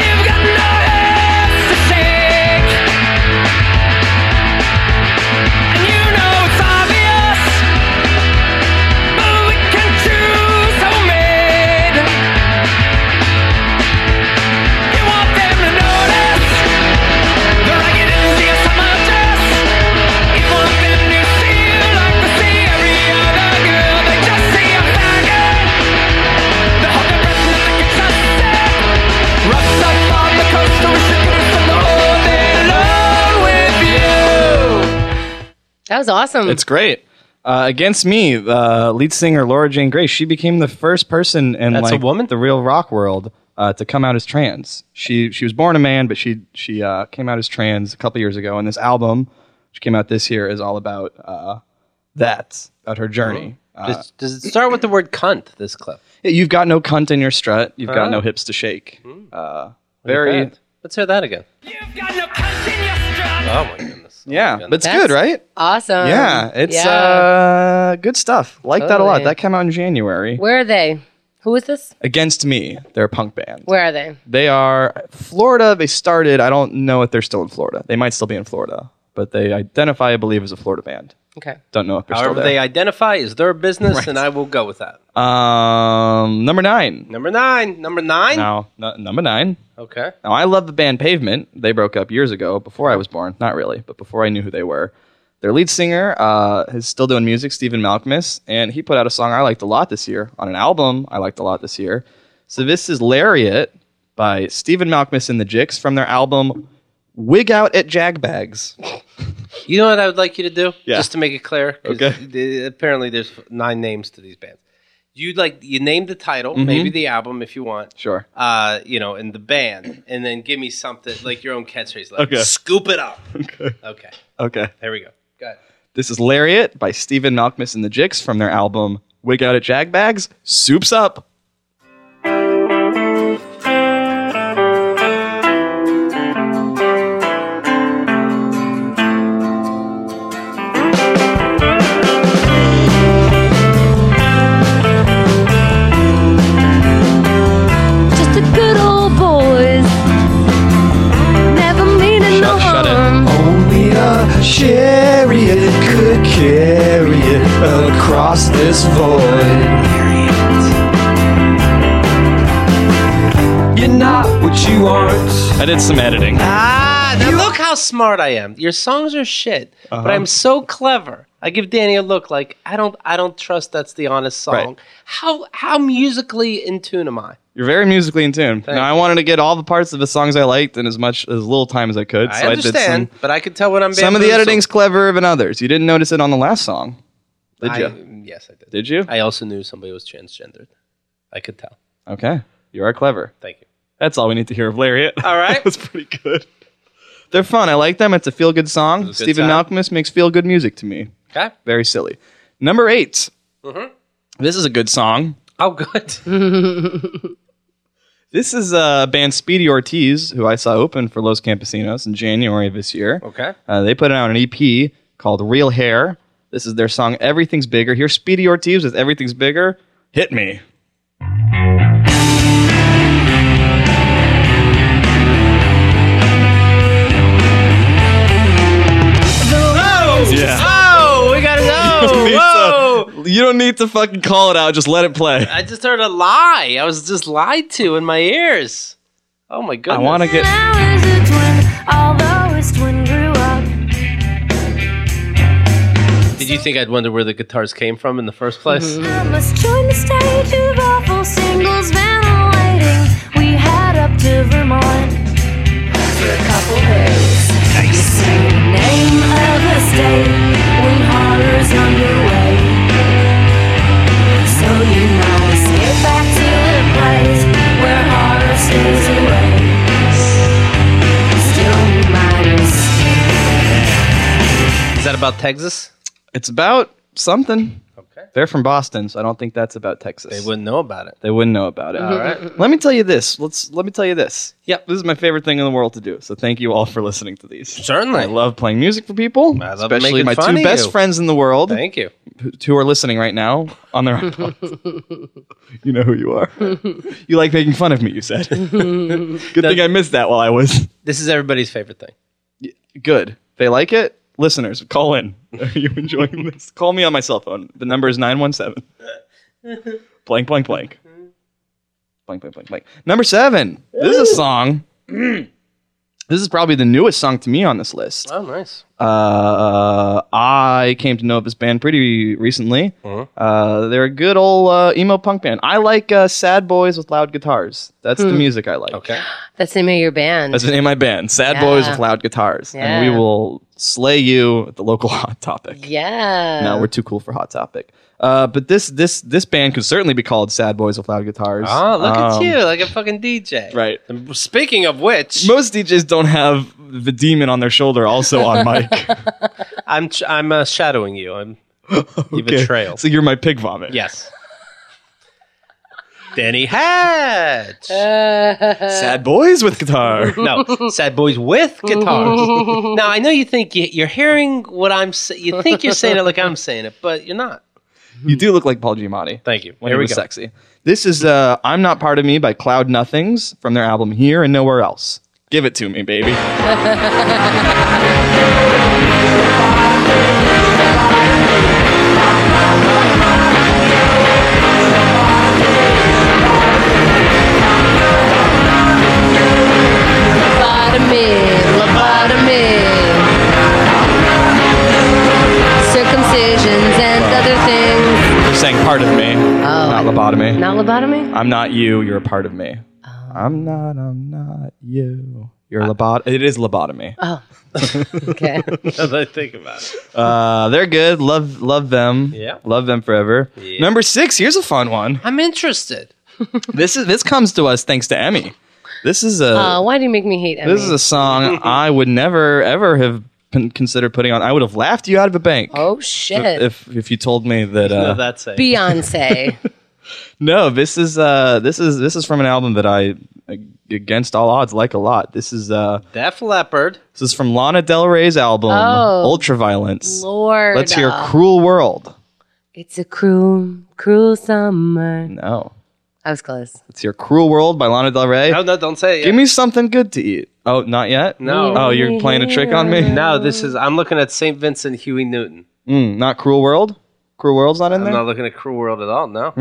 You've got no hips to shake. And you know it's obvious. But we can choose homemade. You want them to notice the raggedness of summer dress. You want them to see you like they see every other girl. They just see a faggot. The whole difference That was awesome. It's great. Uh, against me, uh, lead singer Laura Jane Grace. She became the first person in That's a like woman? the real rock world uh, to come out as trans. She she was born a man, but she she uh, came out as trans a couple years ago. And this album, which came out this year, is all about uh, that about her journey. Uh, Does, does it start with the word cunt? This clip. you've got no cunt in your strut. You've got Ah. no hips to shake. Uh, very Bad. Let's hear that again. You've got no cunt in your strut. Oh my goodness. yeah, but it's That's- good, right? Um, awesome. yeah, it's Yeah. Uh, good stuff. Like that a lot. Totally. That came out in January. Where are they? Who is this? Against me, they're a punk band. Where are they? They are Florida. They started. I don't know if they're still in Florida. They might still be in Florida, but they identify, I believe, as a Florida band. Okay. Don't know if they're However, still they there. identify is their business, and I will go with that. um, number nine. Number nine. Number nine. No, no, number nine. Okay. Now I love the band Pavement. They broke up years ago, before I was born. Not really, but before I knew who they were. Their lead singer uh, is still doing music, Stephen Malkmus, and he put out a song I liked a lot this year on an album I liked a lot this year. So this is Lariat by Stephen Malkmus and the Jicks from their album Wig Out at Jagbags. You know what I would like you to do? Yeah. Just to make it clear. 'cause Okay. the- apparently, there's nine names to these bands. You'd like you name the title, Mm-hmm. maybe the album if you want. Sure. Uh, you know, and the band, and then give me something like your own catchphrase. Like, Okay. Scoop it up. Okay. Okay. Okay. There we go. Go ahead. This is Lariat by Stephen Malkmus and the Jicks from their album Wig Out at Jagbags. Soups up. just the good old boys. Never meaning no Shut- shut it. harm. Only a chariot could carry it across this void. You're not what you aren't. I did some editing. Ah, now look how smart I am. Your songs are shit, Uh-huh. but I'm so clever. I give Danny a look like I don't. I don't trust that's the honest song. Right. How how musically in tune am I? You're very musically in tune. Now, I wanted to get all the parts of the songs I liked in as much as little time as I could. I so understand, I did but I could tell when I'm some. Some of the bamboozled. editing's cleverer than others. You didn't notice it on the last song, did I- you? yes, I did. did you? I also knew somebody was transgendered. I could tell. okay, you are clever. Thank you. That's all we need to hear of Lariat. All right. that's pretty good. They're fun. I like them. It's a feel-good song. a good Stephen time. Malcolmus makes feel-good music to me. Okay. Very silly. Number 8 Uh-huh. This is a good song. Oh, good. This is uh, band Speedy Ortiz, who I saw open for Los Campesinos in January of this year. Okay. Uh, they put out an EP called Real Hair. This is their song Everything's Bigger. Here's Speedy Ortiz with Everything's Bigger. Hit me. Yeah. Oh, we gotta know. Oh, Whoa. You don't need to fucking call it out. Just let it play. I just heard a lie. I was just lied to in my ears. Oh my goodness. I want to get. Now is a twin, although his twin grew up. Did you think I'd wonder where the guitars came from in the first place? Mm-hmm. I must join the stage of awful singles ventilating. We head up to Vermont for a couple days. You sing the name of the state when horror's underway. So you know, skip back to the place where horror stays away. Still minus. Is that about Texas? It's about something. Okay. They're from Boston, so I don't think that's about They Texas. wouldn't know about it. They wouldn't know about it. All right. Let me tell you this. Let's. Let me tell you this. Yep. This is my favorite thing in the world to do. So thank you all for listening to these. Certainly. I love playing music for people, I love especially making my fun two of best you. friends in the world. Thank you. who are listening right now on their iPods. you know who you are. you like making fun of me, you said. Good thing I missed that while I was. This is everybody's favorite thing. Good. They like it? Listeners, call in. Are you enjoying this? Call me on my cell phone. The number is 917. blank, blank, blank. Blank, blank, blank, blank. Number seven. This is a song. this is probably the newest song to me on this list. Oh, nice. Uh, I came to know of this band pretty recently. Uh, they're a good old uh, emo punk band. I like uh, sad boys with loud guitars. That's the music I like. Okay. That's the name of your band. That's the name of my band, Sad Boys Yeah. with Loud Guitars. Yeah. And we will slay you at the local Hot Topic. Yeah. No, we're too cool for Hot Topic. Uh, but this this this band could certainly be called Sad Boys with Loud Guitars. Oh, look Um, at you, like a fucking DJ. Right. And Speaking of which, Most DJs don't have the demon on their shoulder, also on mic. I'm ch- I'm uh, shadowing you. I'm you Okay. betrayal. So you're my pig vomit. yes. Danny Hatch. Uh, Sad boys with guitar. no, sad boys with guitars. now I know you think you, you're hearing what I'm. sa- You think you're saying it like I'm saying it, but you're not. you do look like Paul Giamatti. Thank you. When Here he we was go. sexy. This is uh, I'm Not Part of Me by Cloud Nothings from their album Here and Nowhere Else. Give it to me, baby. Lobotomy, lobotomy. Circumcisions and other things. They're saying part of me, Oh. not lobotomy. Not lobotomy? I'm not you, you're a part of me. Oh. I'm not, I'm not you. You're lobot. It is lobotomy. Oh. Okay. As I think about it, Uh, they're good. Love, love them. Yeah. Love them forever. Number six. Here's a fun one. I'm interested. This is this comes to us thanks to Emmy. This is a Uh, why do you make me hate Emmy? This is a song I would never ever have con- considered putting on. I would have laughed you out of a bank. oh, shit. If if you told me that No, uh, that's it. Beyonce. no, this is uh, this is this is from an album that I ag- against all odds like a lot. This is uh, Def Leppard. this is from Lana Del Rey's album Oh. Ultraviolence. Lord. uh. Let's hear "Cruel World." It's a cruel, cruel summer. No, I was close. let's hear "Cruel World" by Lana Del Rey. No, Oh, no, don't say it. Give me something good to eat. Oh, not yet. No. Oh, you're playing a trick on me. No, this is. I'm looking at St. Vincent Huey Newton. Mm, not "Cruel World." "Cruel World's" not in I'm there. not looking at Cruel World at all. No.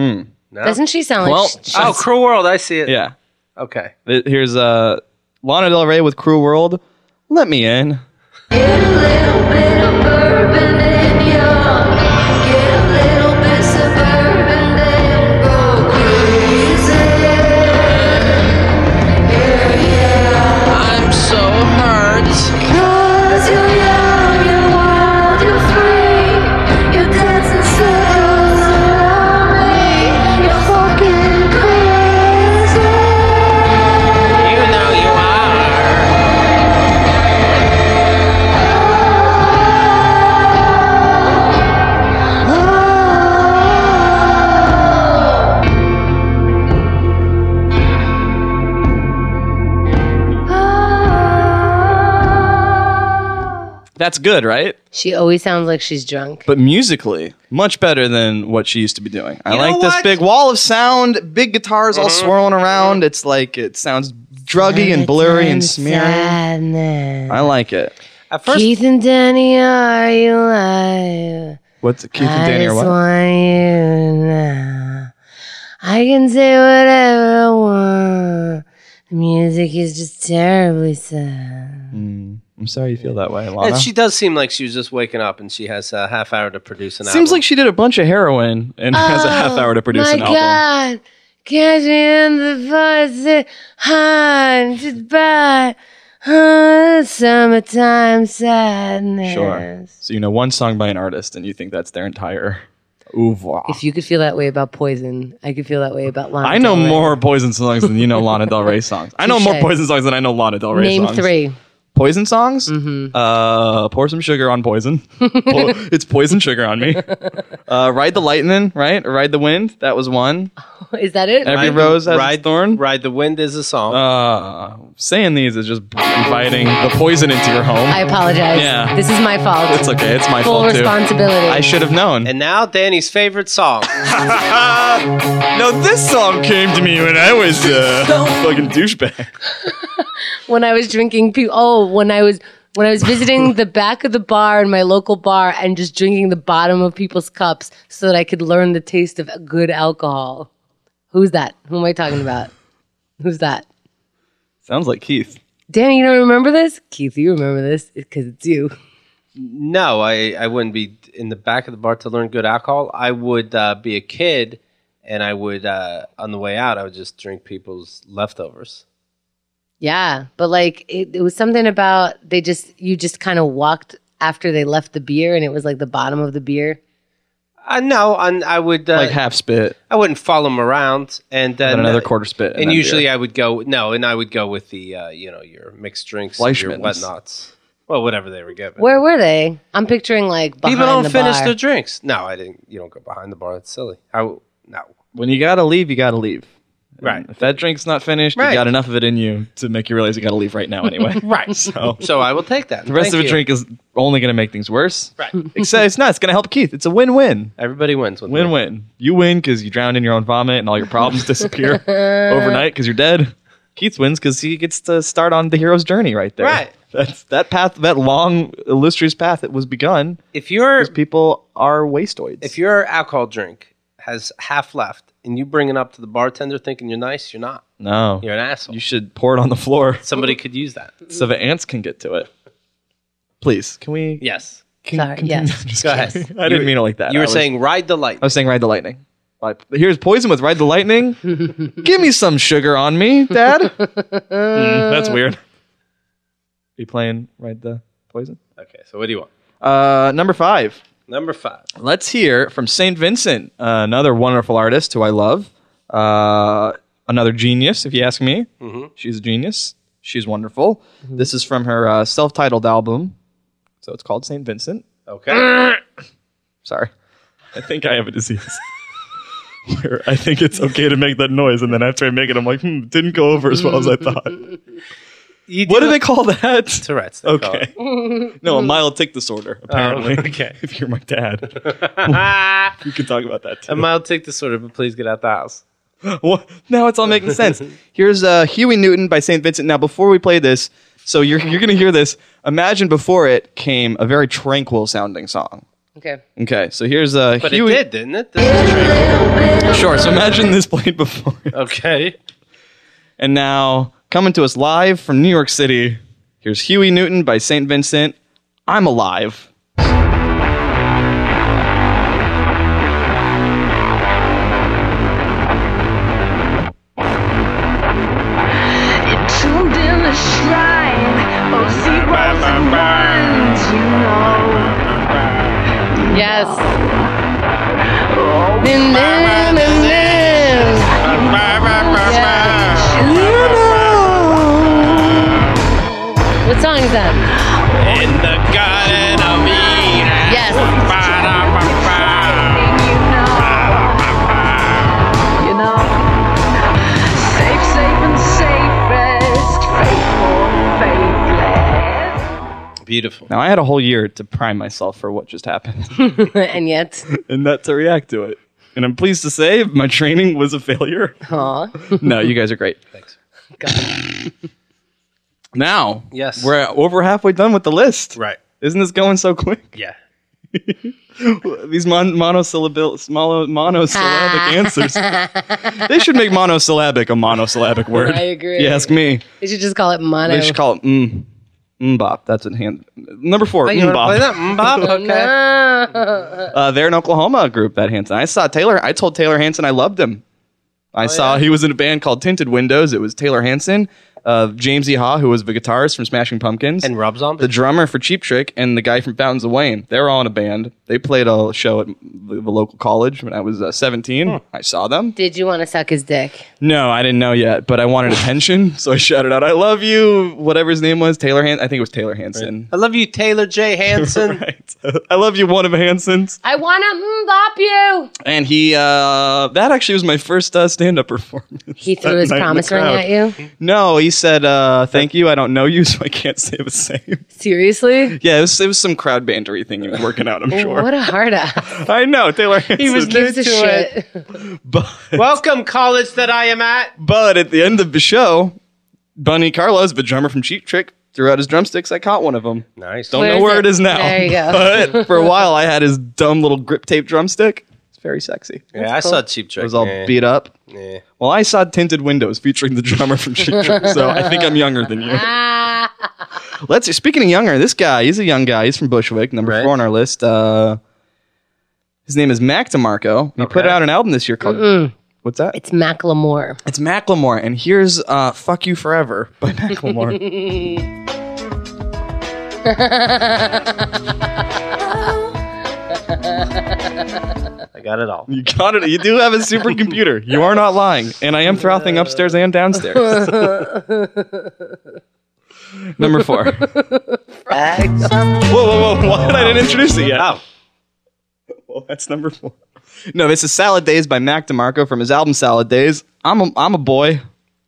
No. Doesn't she sound like Well, sh- oh, Cruel World. I see it. yeah. Okay. Th- Here's uh, Lana Del Rey with "Cruel World." Let me in. I'm so hurt. You know you are. Oh. That's good, right? she always sounds like she's drunk? But musically, much better than what she used to be doing. I like know what? this Mm-hmm. big wall of sound, big guitars all swirling around. It's like it sounds druggy and blurry and smeary. Sadness. I like it. At first, Keith and Danny, are you alive? What's Keith I and Danny or just what? want you now. I can say whatever I want. The music is just terribly sad. I'm sorry you feel that way, Lana. and she does seem like she was just waking up, and she has a half hour to produce an Seems album. like she did a bunch of heroin and has a half hour to produce Oh My an album. God, catch me in the faucet, hot, just by huh, summertime sadness. Sure. So you know one song by an artist and you think that's their entire oeuvre. If you could feel that way about Poison, I could feel that way about Lana. I know Del Rey. more Poison songs than you know Lana Del Rey songs. I know more Touche. Poison songs than I know Lana Del Rey Name songs. three. Poison songs? Mm-hmm. Uh, pour some sugar on Poison. Po- it's Poison Sugar on me. Uh, Ride the Lightning, right? Or Ride the Wind. That was one. Is that it? Every Ride the- Rose Has Ride- its Thorn. Ride the Wind is a song. Uh, saying these is just inviting the poison into your home. I apologize. Yeah. This is my fault. it's okay. It's my Full fault, too. responsibility. I should have known. and now Danny's favorite song. no, this song came to me when I was uh, fucking douchebag. when I was drinking. Pe- oh, when I was when I was visiting the back of the bar in my local bar and just drinking the bottom of people's cups so that I could learn the taste of good alcohol. Who's that? Who am I talking about? Who's that? Sounds like Keith. Danny, you don't remember this? Keith, you remember this because it's you. No, I, I wouldn't be in the back of the bar to learn good alcohol. I would uh, be a kid, and I would uh, on the way out, I would just drink people's leftovers. Yeah, but like it, it was something about they just you just kind of walked after they left the beer and it was like the bottom of the beer? Uh, no, and I would uh, like half spit I wouldn't follow him around, and then uh, and another quarter spit, And, usually I would go no, and I would go with the uh, you know your mixed drinks, and your Fleischmann's. whatnots, well whatever they were given. Where were they? I'm picturing like behind People don't the finish bar. their drinks. No, I didn't. You don't go behind the bar. That's silly. How? No. when you gotta leave, you gotta leave. Right. If that drink's not finished, Right. you got enough of it in you to make you realize you gotta leave right now anyway. right. So So I will take that. the rest of a drink is only gonna make things worse. Right. Except it's not. It's gonna help Keith. It's a win-win. Everybody wins. With me. Win-win. You win because you drowned in your own vomit and all your problems disappear overnight because you're dead. Keith wins because he gets to start on the hero's journey right there. Right. That's that path, that long illustrious path that was begun If your because people are wastoids. if your alcohol drink has half left and you bring it up to the bartender thinking you're nice, you're not. no, You're an asshole. you should pour it on the floor. Somebody could use that. so the ants can get to it. Please, can we? Yes. Can, Sorry, can- yes. Just Go ahead. kidding. I didn't mean it like that. You I were was- saying ride the light. I was saying ride the lightning. Like, here's poison with ride the lightning. Give me some sugar on me, Dad. Mm, that's weird. Be playing ride the poison. Okay. So what do you want? Uh, number five. Number five. Let's hear from Saint Vincent, uh, another wonderful artist who I love. Uh, another genius, if you ask me. She's a genius. She's wonderful. This is from her uh, self-titled album, so it's called Saint Vincent. Uh, Okay. Sorry, I think I have a disease. Where I think it's okay to make that noise, and then after I make it, I'm like, hmm, didn't go over as well as I thought. You What do they call that? Tourette's. They call it. Okay. No, a mild tic disorder, apparently. okay. If you're my dad, Ah, we could talk about that too. a mild tic disorder, but please get out the house. What? Now it's all making sense. Here's uh, Huey Newton by St. Vincent. Now, before we play this, so you're, you're going to hear this. Imagine before it came a very tranquil sounding song. Okay. Okay, so here's uh, But Huey. it did, didn't it? This is true. Sure, so imagine this played before it. Okay. And now, coming to us live from New York City, here's Huey Newton by St. Vincent. I'm alive. Entombed in the shrine of zeros and ones, you know. Yes. Din, din, din, din. Yeah. What song is that? In the garden of Eden. Yes. Ba-da-ba-ba. You know. You know. Safe, safe, and safest. Faithful, faithless. Beautiful. Now, I had a whole year to prime myself for what just happened. and yet, and not to react to it. And I'm pleased to say my training was a failure. aw, no, you guys are great. Thanks. God. Now, Yes. we're over halfway done with the list. Right. Isn't this going so quick? Yeah. These mon- monosyllabic, mono- monosyllabic answers. They should make monosyllabic a monosyllabic word. I agree. You ask me. They should just call it mono. They should call it mm, mbop. That's what hand. Number four, You want to play mbop. that? Mbop? Okay. No. Uh, they're an Oklahoma group that Hanson. I saw Taylor. I told Taylor Hanson I loved him. I saw he was in a band called Tinted Windows. It was Taylor Hanson, uh, James E. Ha, who was the guitarist from Smashing Pumpkins, And Rob Zombie. the drummer for Cheap Trick, and the guy from Fountains of Wayne. They were all in a band. They played a show at the, the local college when I was uh, 17. I saw them. Did you want to suck his dick? No, I didn't know yet, but I wanted attention, so I shouted out, "I love you!" Whatever his name was, Taylor Han. I think it was Taylor Hanson. I love you, Taylor J. Hansen. Right. I love you, one of Hansons. I want to mbop you. And he, uh, that actually was my first uh, stand up performance. He threw his night in the promise ring crowd. at you. No, he said, uh, thank you. I don't know you, so I can't say the same. Seriously? Yeah, it was, it was some crowd bantery thing he was working out, I'm sure. What a hard ass. I know, Taylor Hanson. He Who gives a shit? But, Welcome, college that I am at. but at the end of the show, Bunny Carlos, the drummer from Cheap Trick, threw out his drumsticks. I caught one of them. Nice. Don't know is where it? it is now. There you go. But for a while, I had his dumb little grip tape drumstick. It's very sexy. It yeah, I saw Cheap Trick. was all Yeah. beat up. Yeah. Well, I saw Tinted Windows featuring the drummer from Cheap Trick, so I think I'm younger than you. Ah. Let's speaking of younger, this guy, he's a young guy. He's from Bushwick, number Right. four on our list. Uh, his name is Mac DeMarco. He put Okay. out an album this year called What's that? It's Macklemore. It's Macklemore, and here's uh, "Fuck You Forever" by Macklemore. I got it all. You got it. You do have a supercomputer. You are not lying. And I am frothing upstairs and downstairs. Number four. whoa, whoa, whoa. Why did I didn't introduce it yet? Oh, Well, that's number four. No, this is Salad Days by Mac DeMarco from his album Salad Days. I'm a, I'm a boy.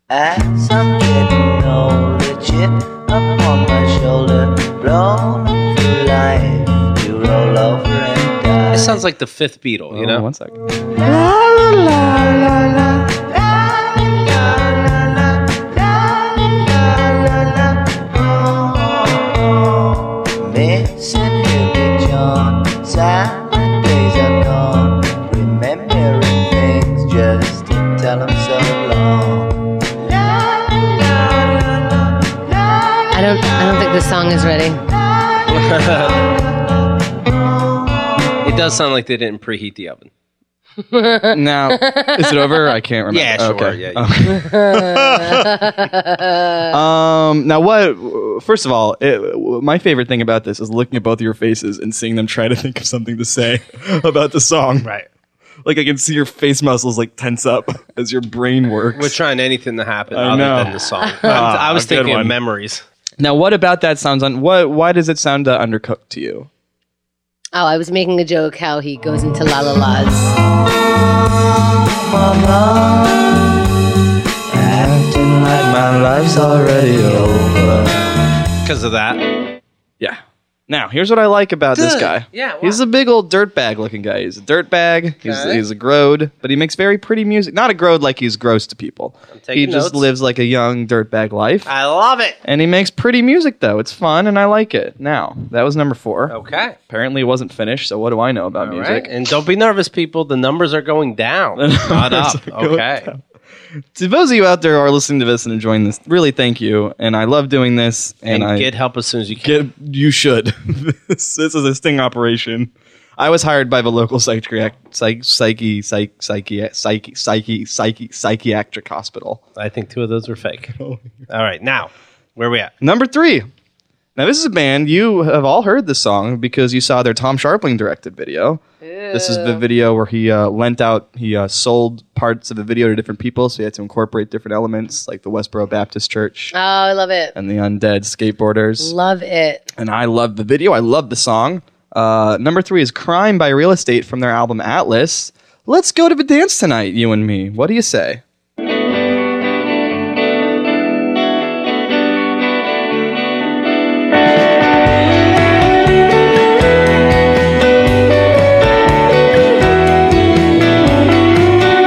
As I'm getting older, chip up on my shoulder, blown through life, you roll over and die. it sounds like the fifth Beatle, you Oh, know? One second. Missing you, Big John. Silent days are gone. Remembering things just to tell 'em so long. I don't. I don't think this song is ready. It does sound like they didn't preheat the oven. Now, is it over? I can't remember. Yeah, sure, Okay. Uh, yeah, Okay. um, now, what? First of all, it, my favorite thing about this is looking at both of your faces and seeing them try to think of something to say about the song. Right. Like I can see your face muscles like tense up as your brain works. We're trying anything to happen I other know. Ah, than the song. I was a good thinking of one. memories. now, what about that sounds? Un- what? Why does it sound uh, undercooked to you? Oh, I was making a joke how he goes into la la la's. Acting like my life's already over. Because of that. Yeah. Now, here's what I like about this Good. guy. Yeah, He's a big old dirtbag looking guy. He's a dirtbag. He's, Okay. he's a grode, but he makes very pretty music. Not a grode like he's gross to people. taking He just notes. lives like a young dirtbag life. I love it. and he makes pretty music, though. It's fun, and I like it. Now, that was number four. Okay. Apparently, it wasn't finished, so what do I know about All music? right. And don't be nervous, people. The numbers are going down, not up. numbers are going Okay. To those of you out there who are listening to this and enjoying this, really thank you. And I love doing this. And, And, I get help as soon as you can. get you should. this, this is a sting operation. I was hired by the local psychiatric psych, psyche psych, psyche psyche psyche psyche psychiatric hospital. I think two of those were fake. Oh, All right. Now, where we at? Number three. Now this is a band you have all heard this song because you saw their Tom Sharpling directed video. This is the video where he uh, lent out, he uh, sold parts of the video to different people, so he had to incorporate different elements like the Westboro Baptist Church Oh, I love it. and the Undead Skateboarders. Love it. and I love the video. I love the song. Uh, number three is "Crime" by Real Estate from their album Atlas. Let's go to the dance tonight, you and me. What do you say?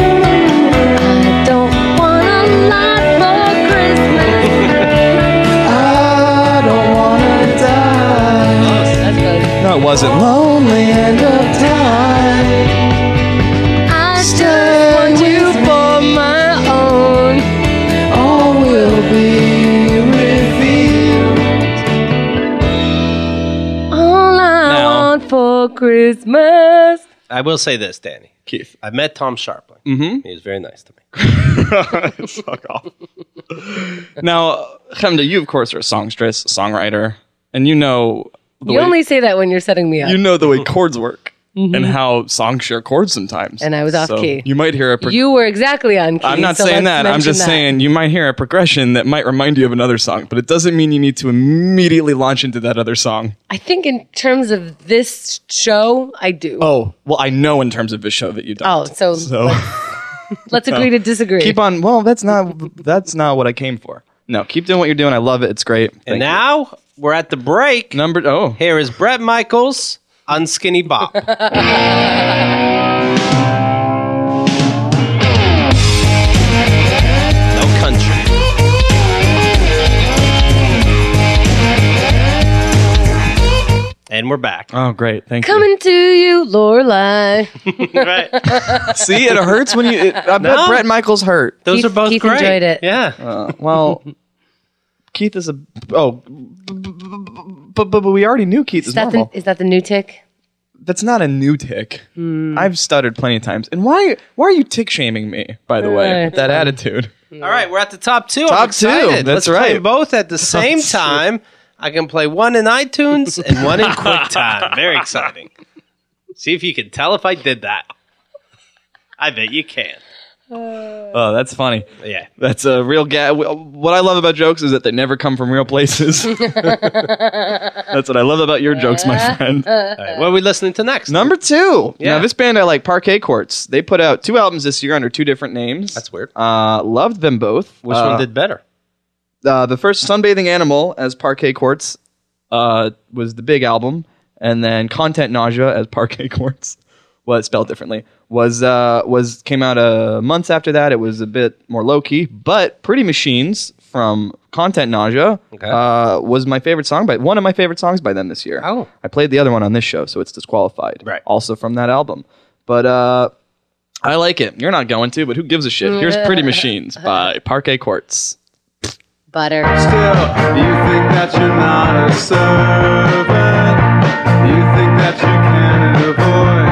I don't want a lot for Christmas. I don't wanna die. That's good. No, it wasn't. Lonely end of time. I Stay You with me. for my own. All will be revealed. All I No. want for Christmas. I will say this, Danny. Keith. I met Tom Sharpling. Mhm. He was very nice to me. Fuck off. now, Chemda, you of course are a songstress, a songwriter, and you know the You way only say that when you're setting me up. you know the way chords work and how songs share chords sometimes. And I was off So key. You might hear a. Pro- You were exactly on key. I'm not so saying let's that. I'm mention just that. saying you might hear a progression that might remind you of another song, but it doesn't mean you need to immediately launch into that other song. I think in terms of this show, I do. Oh, well, I know in terms of the show that you don't. Oh, so, so let's agree to disagree. keep on. Well, that's not that's not what I came for. No, keep doing what you're doing. I love it. It's great. And Thank you. now we're at the break. number oh, Here is Brett Michaels on Skinny Bop. no country. And we're back. oh, great. Thank you. Coming to you, Lorelai. right. See, it hurts when you. It, I bet No. Brett Michaels hurt. Those Keith- are both Keith great. enjoyed it. Yeah. Uh, well, Keith is a oh. But, but, but we already knew Keith Is is that, the, normal. is that the new tick? That's not a new tick. I've stuttered plenty of times. And why why are you tick shaming me? By the way, with that attitude. All right, we're at the top two. I'm Top two, excited. Let's that's play right. both at the same two. time. I can play one in iTunes and one in QuickTime. Very exciting. See if you can tell if I did that. I bet you can. Oh, that's funny. Yeah. That's a real ga- What I love about jokes is that they never come from real places. that's what I love about your jokes, my friend. All right. What are we listening to next? Number two. Yeah. Now, this band I like, Parquet Courts. They put out two albums this year under two different names. That's weird. Uh, loved them both. Which Uh, one did better? uh, the first Sunbathing Animal as Parquet Courts uh, was the big album, and then Content Nausea as Parquet Courts was spelled differently. Was uh, was came out uh, months after that. It was a bit more low key, but Pretty Machines from Content Nausea Okay. uh, was my favorite song by one of my favorite songs by them this year. Oh. I played the other one on this show, so it's disqualified. Right. Also from that album, but. Uh, I like it. You're not going to, but who gives a shit? Here's Pretty Machines by Parquet Courts. Butter. Still, you think that you're not a servant. You think that you can avoid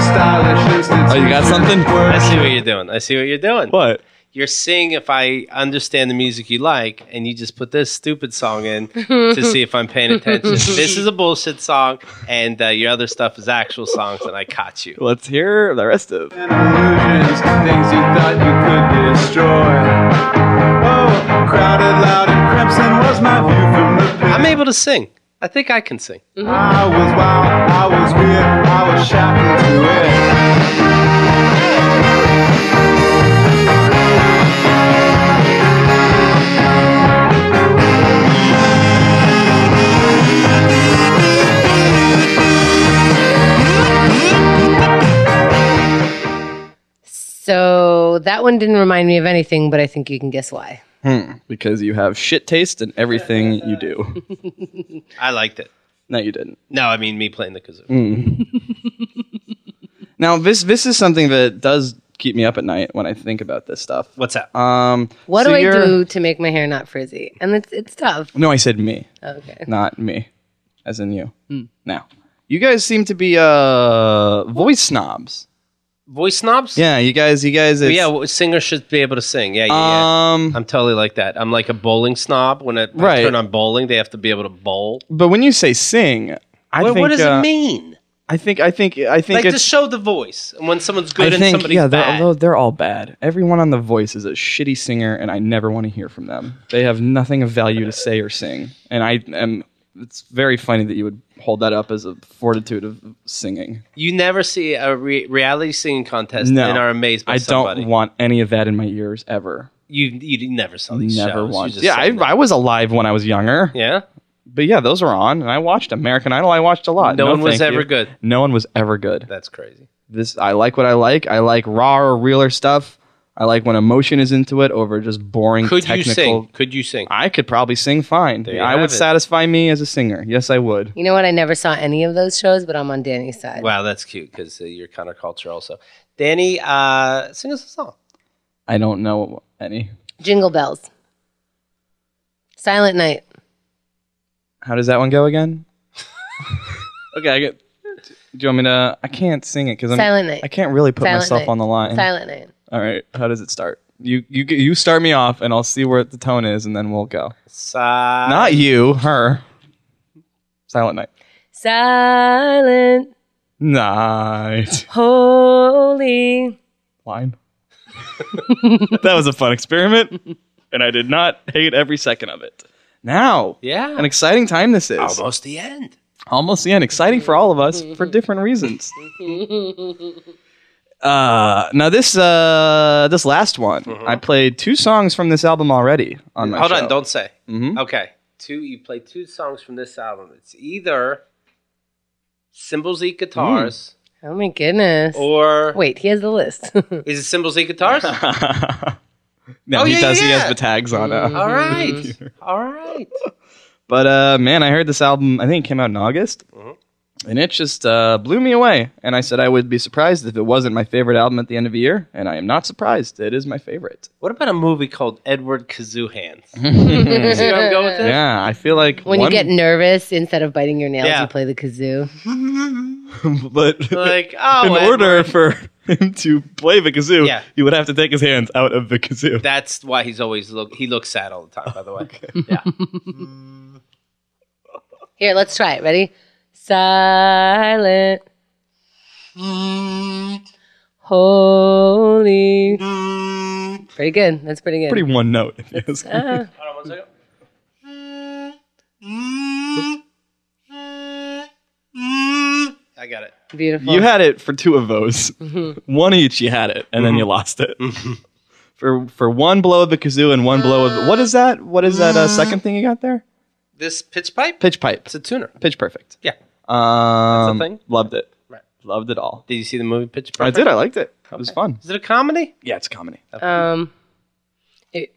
stylish institutions. Oh, you got something? I see what you're doing. I see what you're doing. What? You're seeing if I understand the music you like, and you just put this stupid song in to see if I'm paying attention. this is a bullshit song, and uh, your other stuff is actual songs, and I caught you. Let's hear the rest of. illusions, things you thought you could destroy. Oh, crowded, loud, and crimson was my view from the pit. I'm able to sing. I think I can sing. I was wild, I was weird, I was shackled to it. So that one didn't remind me of anything, but I think you can guess why. Because you have shit taste in everything you do. I liked it. No, you didn't. No, I mean me playing the kazoo. Mm. Now this this is something that does keep me up at night when I think about this stuff. What's that? Um, What so do I you're- do to make my hair not frizzy? And it's it's tough. No, I said me, Okay. not me, as in you. Hmm. Now, you guys seem to be uh voice snobs. Voice snobs? Yeah, you guys, you guys. It's, Yeah, well, singers should be able to sing. Yeah, yeah, yeah. Um, I'm totally like that. I'm like a bowling snob. When I, I Right. turn on bowling, they have to be able to bowl. but when you say sing, I What, think what does uh, it mean? I think I think I think Like it's to show the voice, and when someone's good I and think, somebody's yeah, they're, bad. Although they're all bad. Everyone on The Voice is a shitty singer, and I never want to hear from them. They have nothing of value to say or sing, and I am. It's very funny that you would hold that up as a fortitude of singing. you never see a re- reality singing contest No, and are amazed by I somebody. don't want any of that in my ears ever. you you never saw these Never shows. You once. just Yeah, saw I, them. I was alive when I was younger, yeah. but yeah, those were on, and I watched American Idol. I watched a lot. No one was thank ever you. good. No one was ever good. That's crazy. this I like what I like. I like raw or realer stuff. I like when emotion is into it over just boring Could technical. you sing? Could you sing? I could probably sing fine. you I have would it. satisfy me as a singer. Yes, I would. You know what? I never saw any of those shows, but I'm on Danny's side. wow, that's cute because uh, you're counterculture also. Danny, uh, sing us a song. I don't know any. Jingle bells. Silent night. How does that one go again? okay, I get. Do you want me to? I can't sing it because I'm. Silent night. I can't really put Silent myself night. on the line. Silent night. All right. How does it start? You you you start me off, and I'll see where the tone is, and then we'll go. Sigh. Not you, her. Silent night. Silent Night. holy. Line. that was a fun experiment, and I did not hate every second of it. Now, Yeah. an exciting time this is. Almost the end. almost the end. Exciting for all of us for different reasons. Uh, now this uh, this last one, I played two songs from this album already on my Hold show. on, don't say. Okay, two. You play two songs from this album. It's either Cymbals Eat Guitars Oh my goodness. Mm. or Wait, he has the list. is it Cymbals Eat Guitars? No, Oh, he yeah, does. He yeah, has yeah. the tags on. All Uh, right, all right. but uh, man, I heard this album. I think it came out in August, Mm-hmm. and it just uh, blew me away. And I said I would be surprised if it wasn't my favorite album at the end of the year, and I am not surprised. It is my favorite. What about a movie called Edward Kazoo Hands? You see where I'm going with this? Yeah, I feel like when one- you get nervous, instead of biting your nails, Yeah. you play the kazoo. but Like, oh, in Edward. order for him to play the kazoo, Yeah. he would have to take his hands out of the kazoo. That's why he's always look. He looks sad all the time. By the way, yeah. Here, let's try it. Ready? Silent. Holy. Pretty good. That's pretty good. Pretty one note. If you ask me. Uh, Hold on one second. I got it. Beautiful. You had it for two of those. Mm-hmm. One each, you had it, and then you lost it. for for one blow of the kazoo and one blow of the, what is that? What is that uh, second thing you got there? This pitch pipe. Pitch pipe. It's a tuner. Pitch perfect. Yeah. Um, thing? Loved it. Right. Loved it all. Did you see the movie Pitch I Perfect? did. I liked it. It was fun. Is it a comedy? Yeah, it's a comedy. um, it,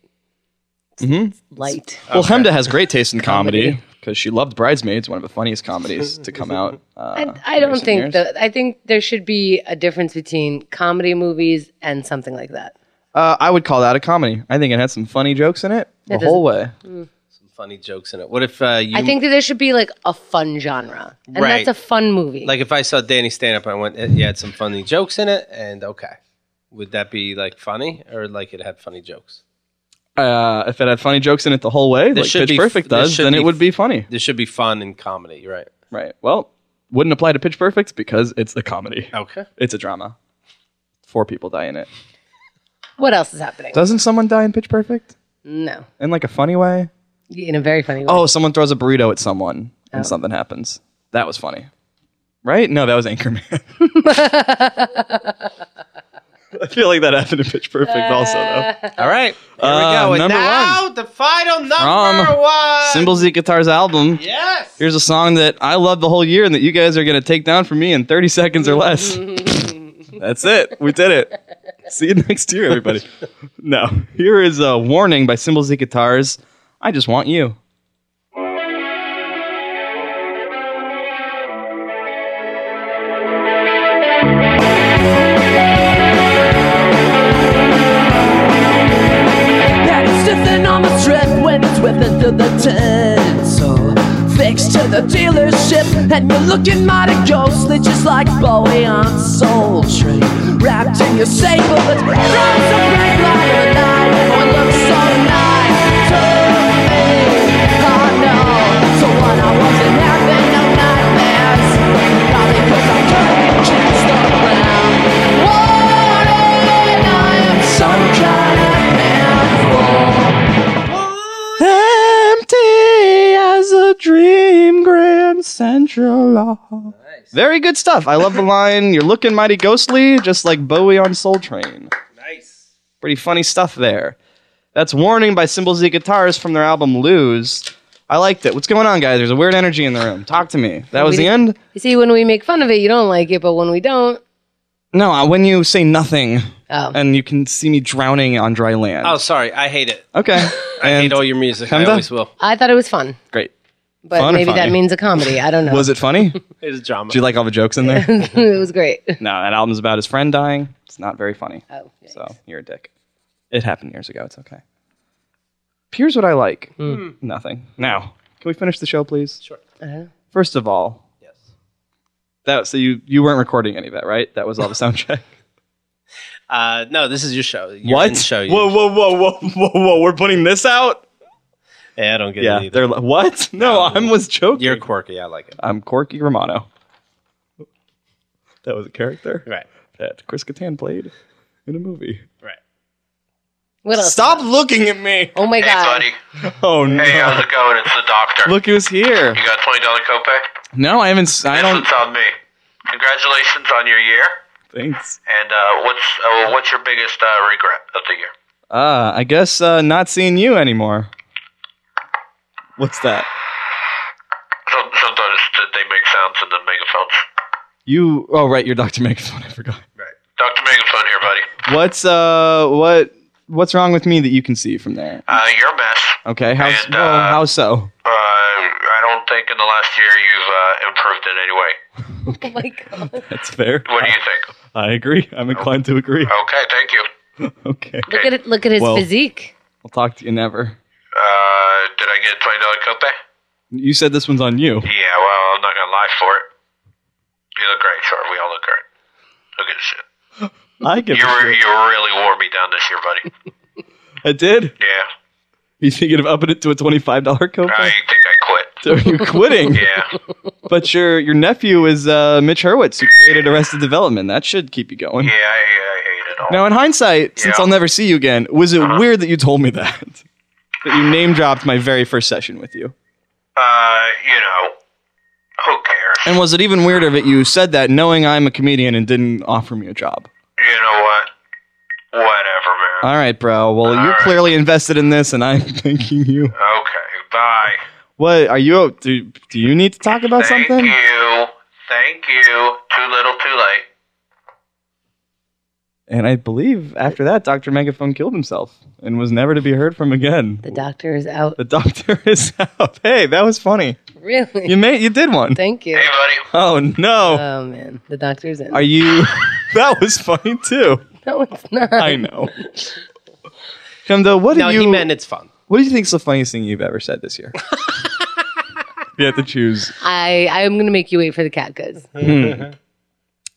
Mm-hmm. Light. Well, Hemda has great taste in comedy because she loved Bridesmaids, one of the funniest comedies to come out. Uh, I, I in don't recent think years. that. I think there should be a difference between comedy movies and something like that. Uh, I would call that a comedy. I think it had some funny jokes in it the It whole way. Some funny jokes in it. What if uh, you? Mm. I think that there should be like a fun genre, and Right. that's a fun movie. like if I saw Danny stand up, I went, eh, you had some funny jokes in it, and okay, would that be like funny or like it had funny jokes? Uh, if it had funny jokes in it the whole way, like should Pitch be- Perfect there does, should then be- it would be funny. This should be fun and comedy, right? Right. Well, wouldn't apply to Pitch Perfect because it's a comedy. Okay. It's a drama. Four people die in it. what else is happening? Doesn't someone die in Pitch Perfect? no, In like a funny way? in a very funny way. Oh, someone throws a burrito at someone Oh. and something happens. That was funny. Right? No, that was Anchorman. I feel like that happened in Pitch Perfect also, though. All right. Here Uh, we go. And number now the final number From one. Cymbal Z Guitar's album. yes. Here's a song that I love the whole year and that you guys are going to take down for me in 30 seconds or less. That's it. We did it. See you next year, everybody. No. Here is a warning by Cymbal Z Guitars. I just want you. Patty stiffened on the strip when it's whipping through the tent. So fixed to the dealership, and you're looking mighty ghostly, just like Bowie on Soul Train. Wrapped in your sable, but drums are great light of the night. Oh, it looks so nice to me. Oh no, so what I wasn't having no nightmares. Probably 'cause I couldn't get chased around. Whoa, and I am some kind of handful. Empty as a dream, Grand Central. Hall. Very good stuff. I love the line, you're looking mighty ghostly, just like Bowie on Soul Train. Nice. Pretty funny stuff there. That's Warning by Symbol Z Guitars from their album Lose. I liked it. What's going on, guys? There's a weird energy in the room. Talk to me. That was the end? You see, when we make fun of it, you don't like it, but when we don't, No, I- when you say nothing oh, and you can see me drowning on dry land. Oh, sorry. I hate it. okay. I And hate all your music. I Hemda? always will. I thought it was fun, great. but Fun or maybe that funny? means a comedy. I don't know. Was it funny? Do It's drama. you like all the jokes in there? it was great. No, that album's about his friend dying. It's not very funny. Oh, yikes. So you're a dick. It happened years ago. It's okay. Here's what I like. Hmm. Nothing. Now, can we finish the show, please? Sure. Uh-huh. First of all, yes. That so you you weren't recording any of that, right? That was all the soundtrack. Uh, no, this is your show. Your end Show. You. Whoa, whoa, whoa, whoa, whoa, whoa! We're putting this out. Yeah, I don't get it Yeah, either. they're like, what? Um, No, I was joking. You're quirky. I like it. I'm Corky Romano. That was a character Right. that Chris Kattan played in a movie. Right. What else? Stop looking at me. Oh my god! Oh no! it going? It's the doctor. Look who's here. You got a twenty dollar copay? No, I haven't. s- I don't. It's on me. Congratulations on your year. Thanks. And uh, what's uh, what's your biggest uh, regret of the year? Uh, I guess uh, not seeing you anymore. What's that? Some, sometimes th- they make sounds in the megaphones. You? Oh, right. You're Doctor Megaphone. I forgot. Right. Doctor Megaphone here, buddy. What's uh? What? What's wrong with me that you can see from there? Uh, you're a mess. Okay. How? s And, well, uh, how so? Uh, I don't think in the last year you've uh, improved in any way. Oh my god! That's fair. What do you think? I agree. I'm inclined to agree. Okay, thank you. Oh. Okay. Look at it! Look at his Well- physique. I'll talk to you never. Uh, did I get a twenty dollar copay? You said this one's on you. Yeah. Well, I'm not gonna lie for it. You look great, sure. We all look great. Look at this shit. I give. You, a re- shit. you really wore me down this year, buddy. I did. Yeah. You thinking of upping it to a twenty-five dollar I copay? think I Are quit. you quitting? Yeah. But your your nephew is uh, Mitch Hurwitz, who created Arrested Development. That should keep you going. Yeah, I, I hate it all. Now, in hindsight, since Yeah. Uh-huh. I'll never see you again, was it weird that you told me that? that you name dropped my very first session with you? Uh, you know, who cares? And was it even weirder that you said that knowing I'm a comedian and didn't offer me a job? You know what? Whatever, man. All right, bro. Well, you're Uh, clearly invested in this, and I'm thanking you. Okay, bye. What are you? Do, do you need to talk about Thank something? you. Thank you. Too little, too late. And I believe after that, Dr. Megaphone killed himself and was never to be heard from again. The doctor is out. The doctor is out. Hey, that was funny. Really? You made you did one. Thank you. Oh no. Oh man, the doctor's in. Are you? that was funny too. No, it's not. I know. Shemdo, what do No, you? he meant it's fun. what do you think's the funniest thing you've ever said this year? you have to choose. I I am gonna make you wait for the cat goods. Hmm.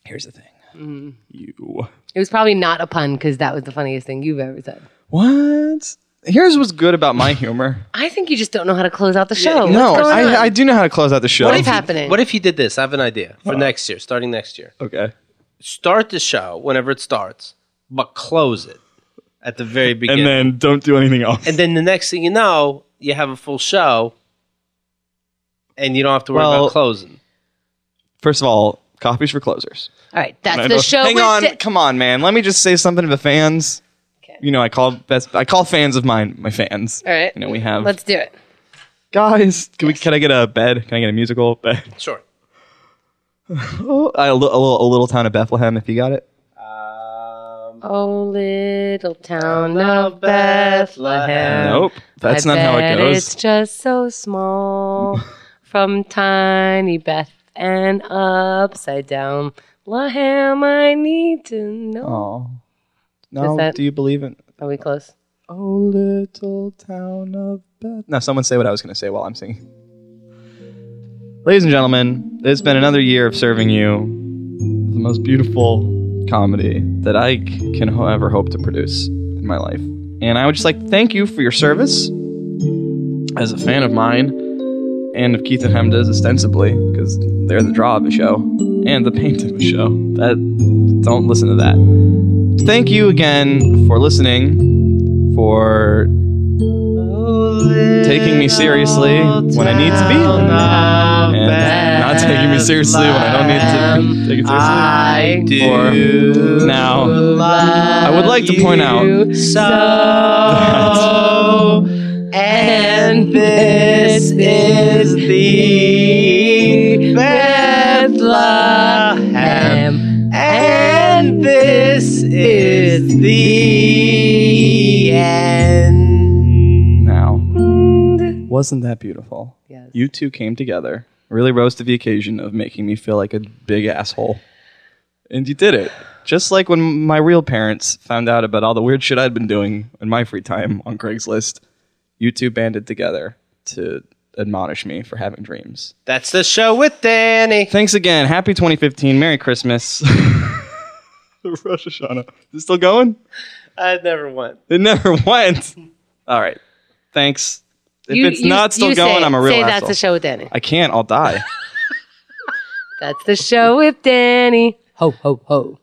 Here's the thing. Mm. You. It was probably not a pun because that was the funniest thing you've ever said. What? Here's what's good about my humor. I think you just don't know how to close out the show. no, What's going on? I, I do know how to close out the show. What if- happening? What if you did this? I have an idea for next year, starting next year. okay. Start the show whenever it starts, but close it at the very And beginning. then don't do anything else. And then the next thing you know, you have a full show, and you don't have to worry Well- about closing. First of all, coffees for closers. All right, And that's I the know- show. Hang with on, Di- come on, man. Let me just say something to the fans. You know, I call best. I call fans of mine my fans. All right. You know, we have Let's do it. guys. Can we? Can I get a bed? Can I get a musical bed? Sure. Oh, I- a, li- a little, a little town of Bethlehem. If you got it, Oh, little town of Bethlehem. nope, that's I not how it bet goes. It's just so small from tiny Beth and upside down. Laham, I need to know. Oh, no. Is that- do you believe in? Are we close? Oh, little town of Bethlehem. Now, someone say what I was going to say while I'm singing. Ladies and gentlemen, it's been another year of serving you the most beautiful comedy that I c- can ho- ever hope to produce in my life. And I would just like to thank you for your service as a fan of mine and of Keith and Hemda's, ostensibly, because they're the draw of the show and the paint of the show. That don't listen to that. Thank you again for listening for taking me seriously when I need to be, and not taking me seriously when I don't need to take it seriously. I do. For now, I would like to point out So, and this is the Bethlehem, and this is the end. now, wasn't that beautiful? Yes. You two came together, really rose to the occasion of making me feel like a big asshole, and you did it. Just like when my real parents found out about all the weird shit I'd been doing in my free time on Craigslist, you two banded together to admonish me for having dreams. That's the show with Danny. Thanks again. Happy 2015. Merry Christmas. Rosh Hashanah. Is it still going? I never went. It never went. All right. Thanks. If You- it's you- not still you going, say, it. I'm a real Say asshole. that's the show with Danny. I can't. I'll die. That's the show with Danny. Ho, ho, ho.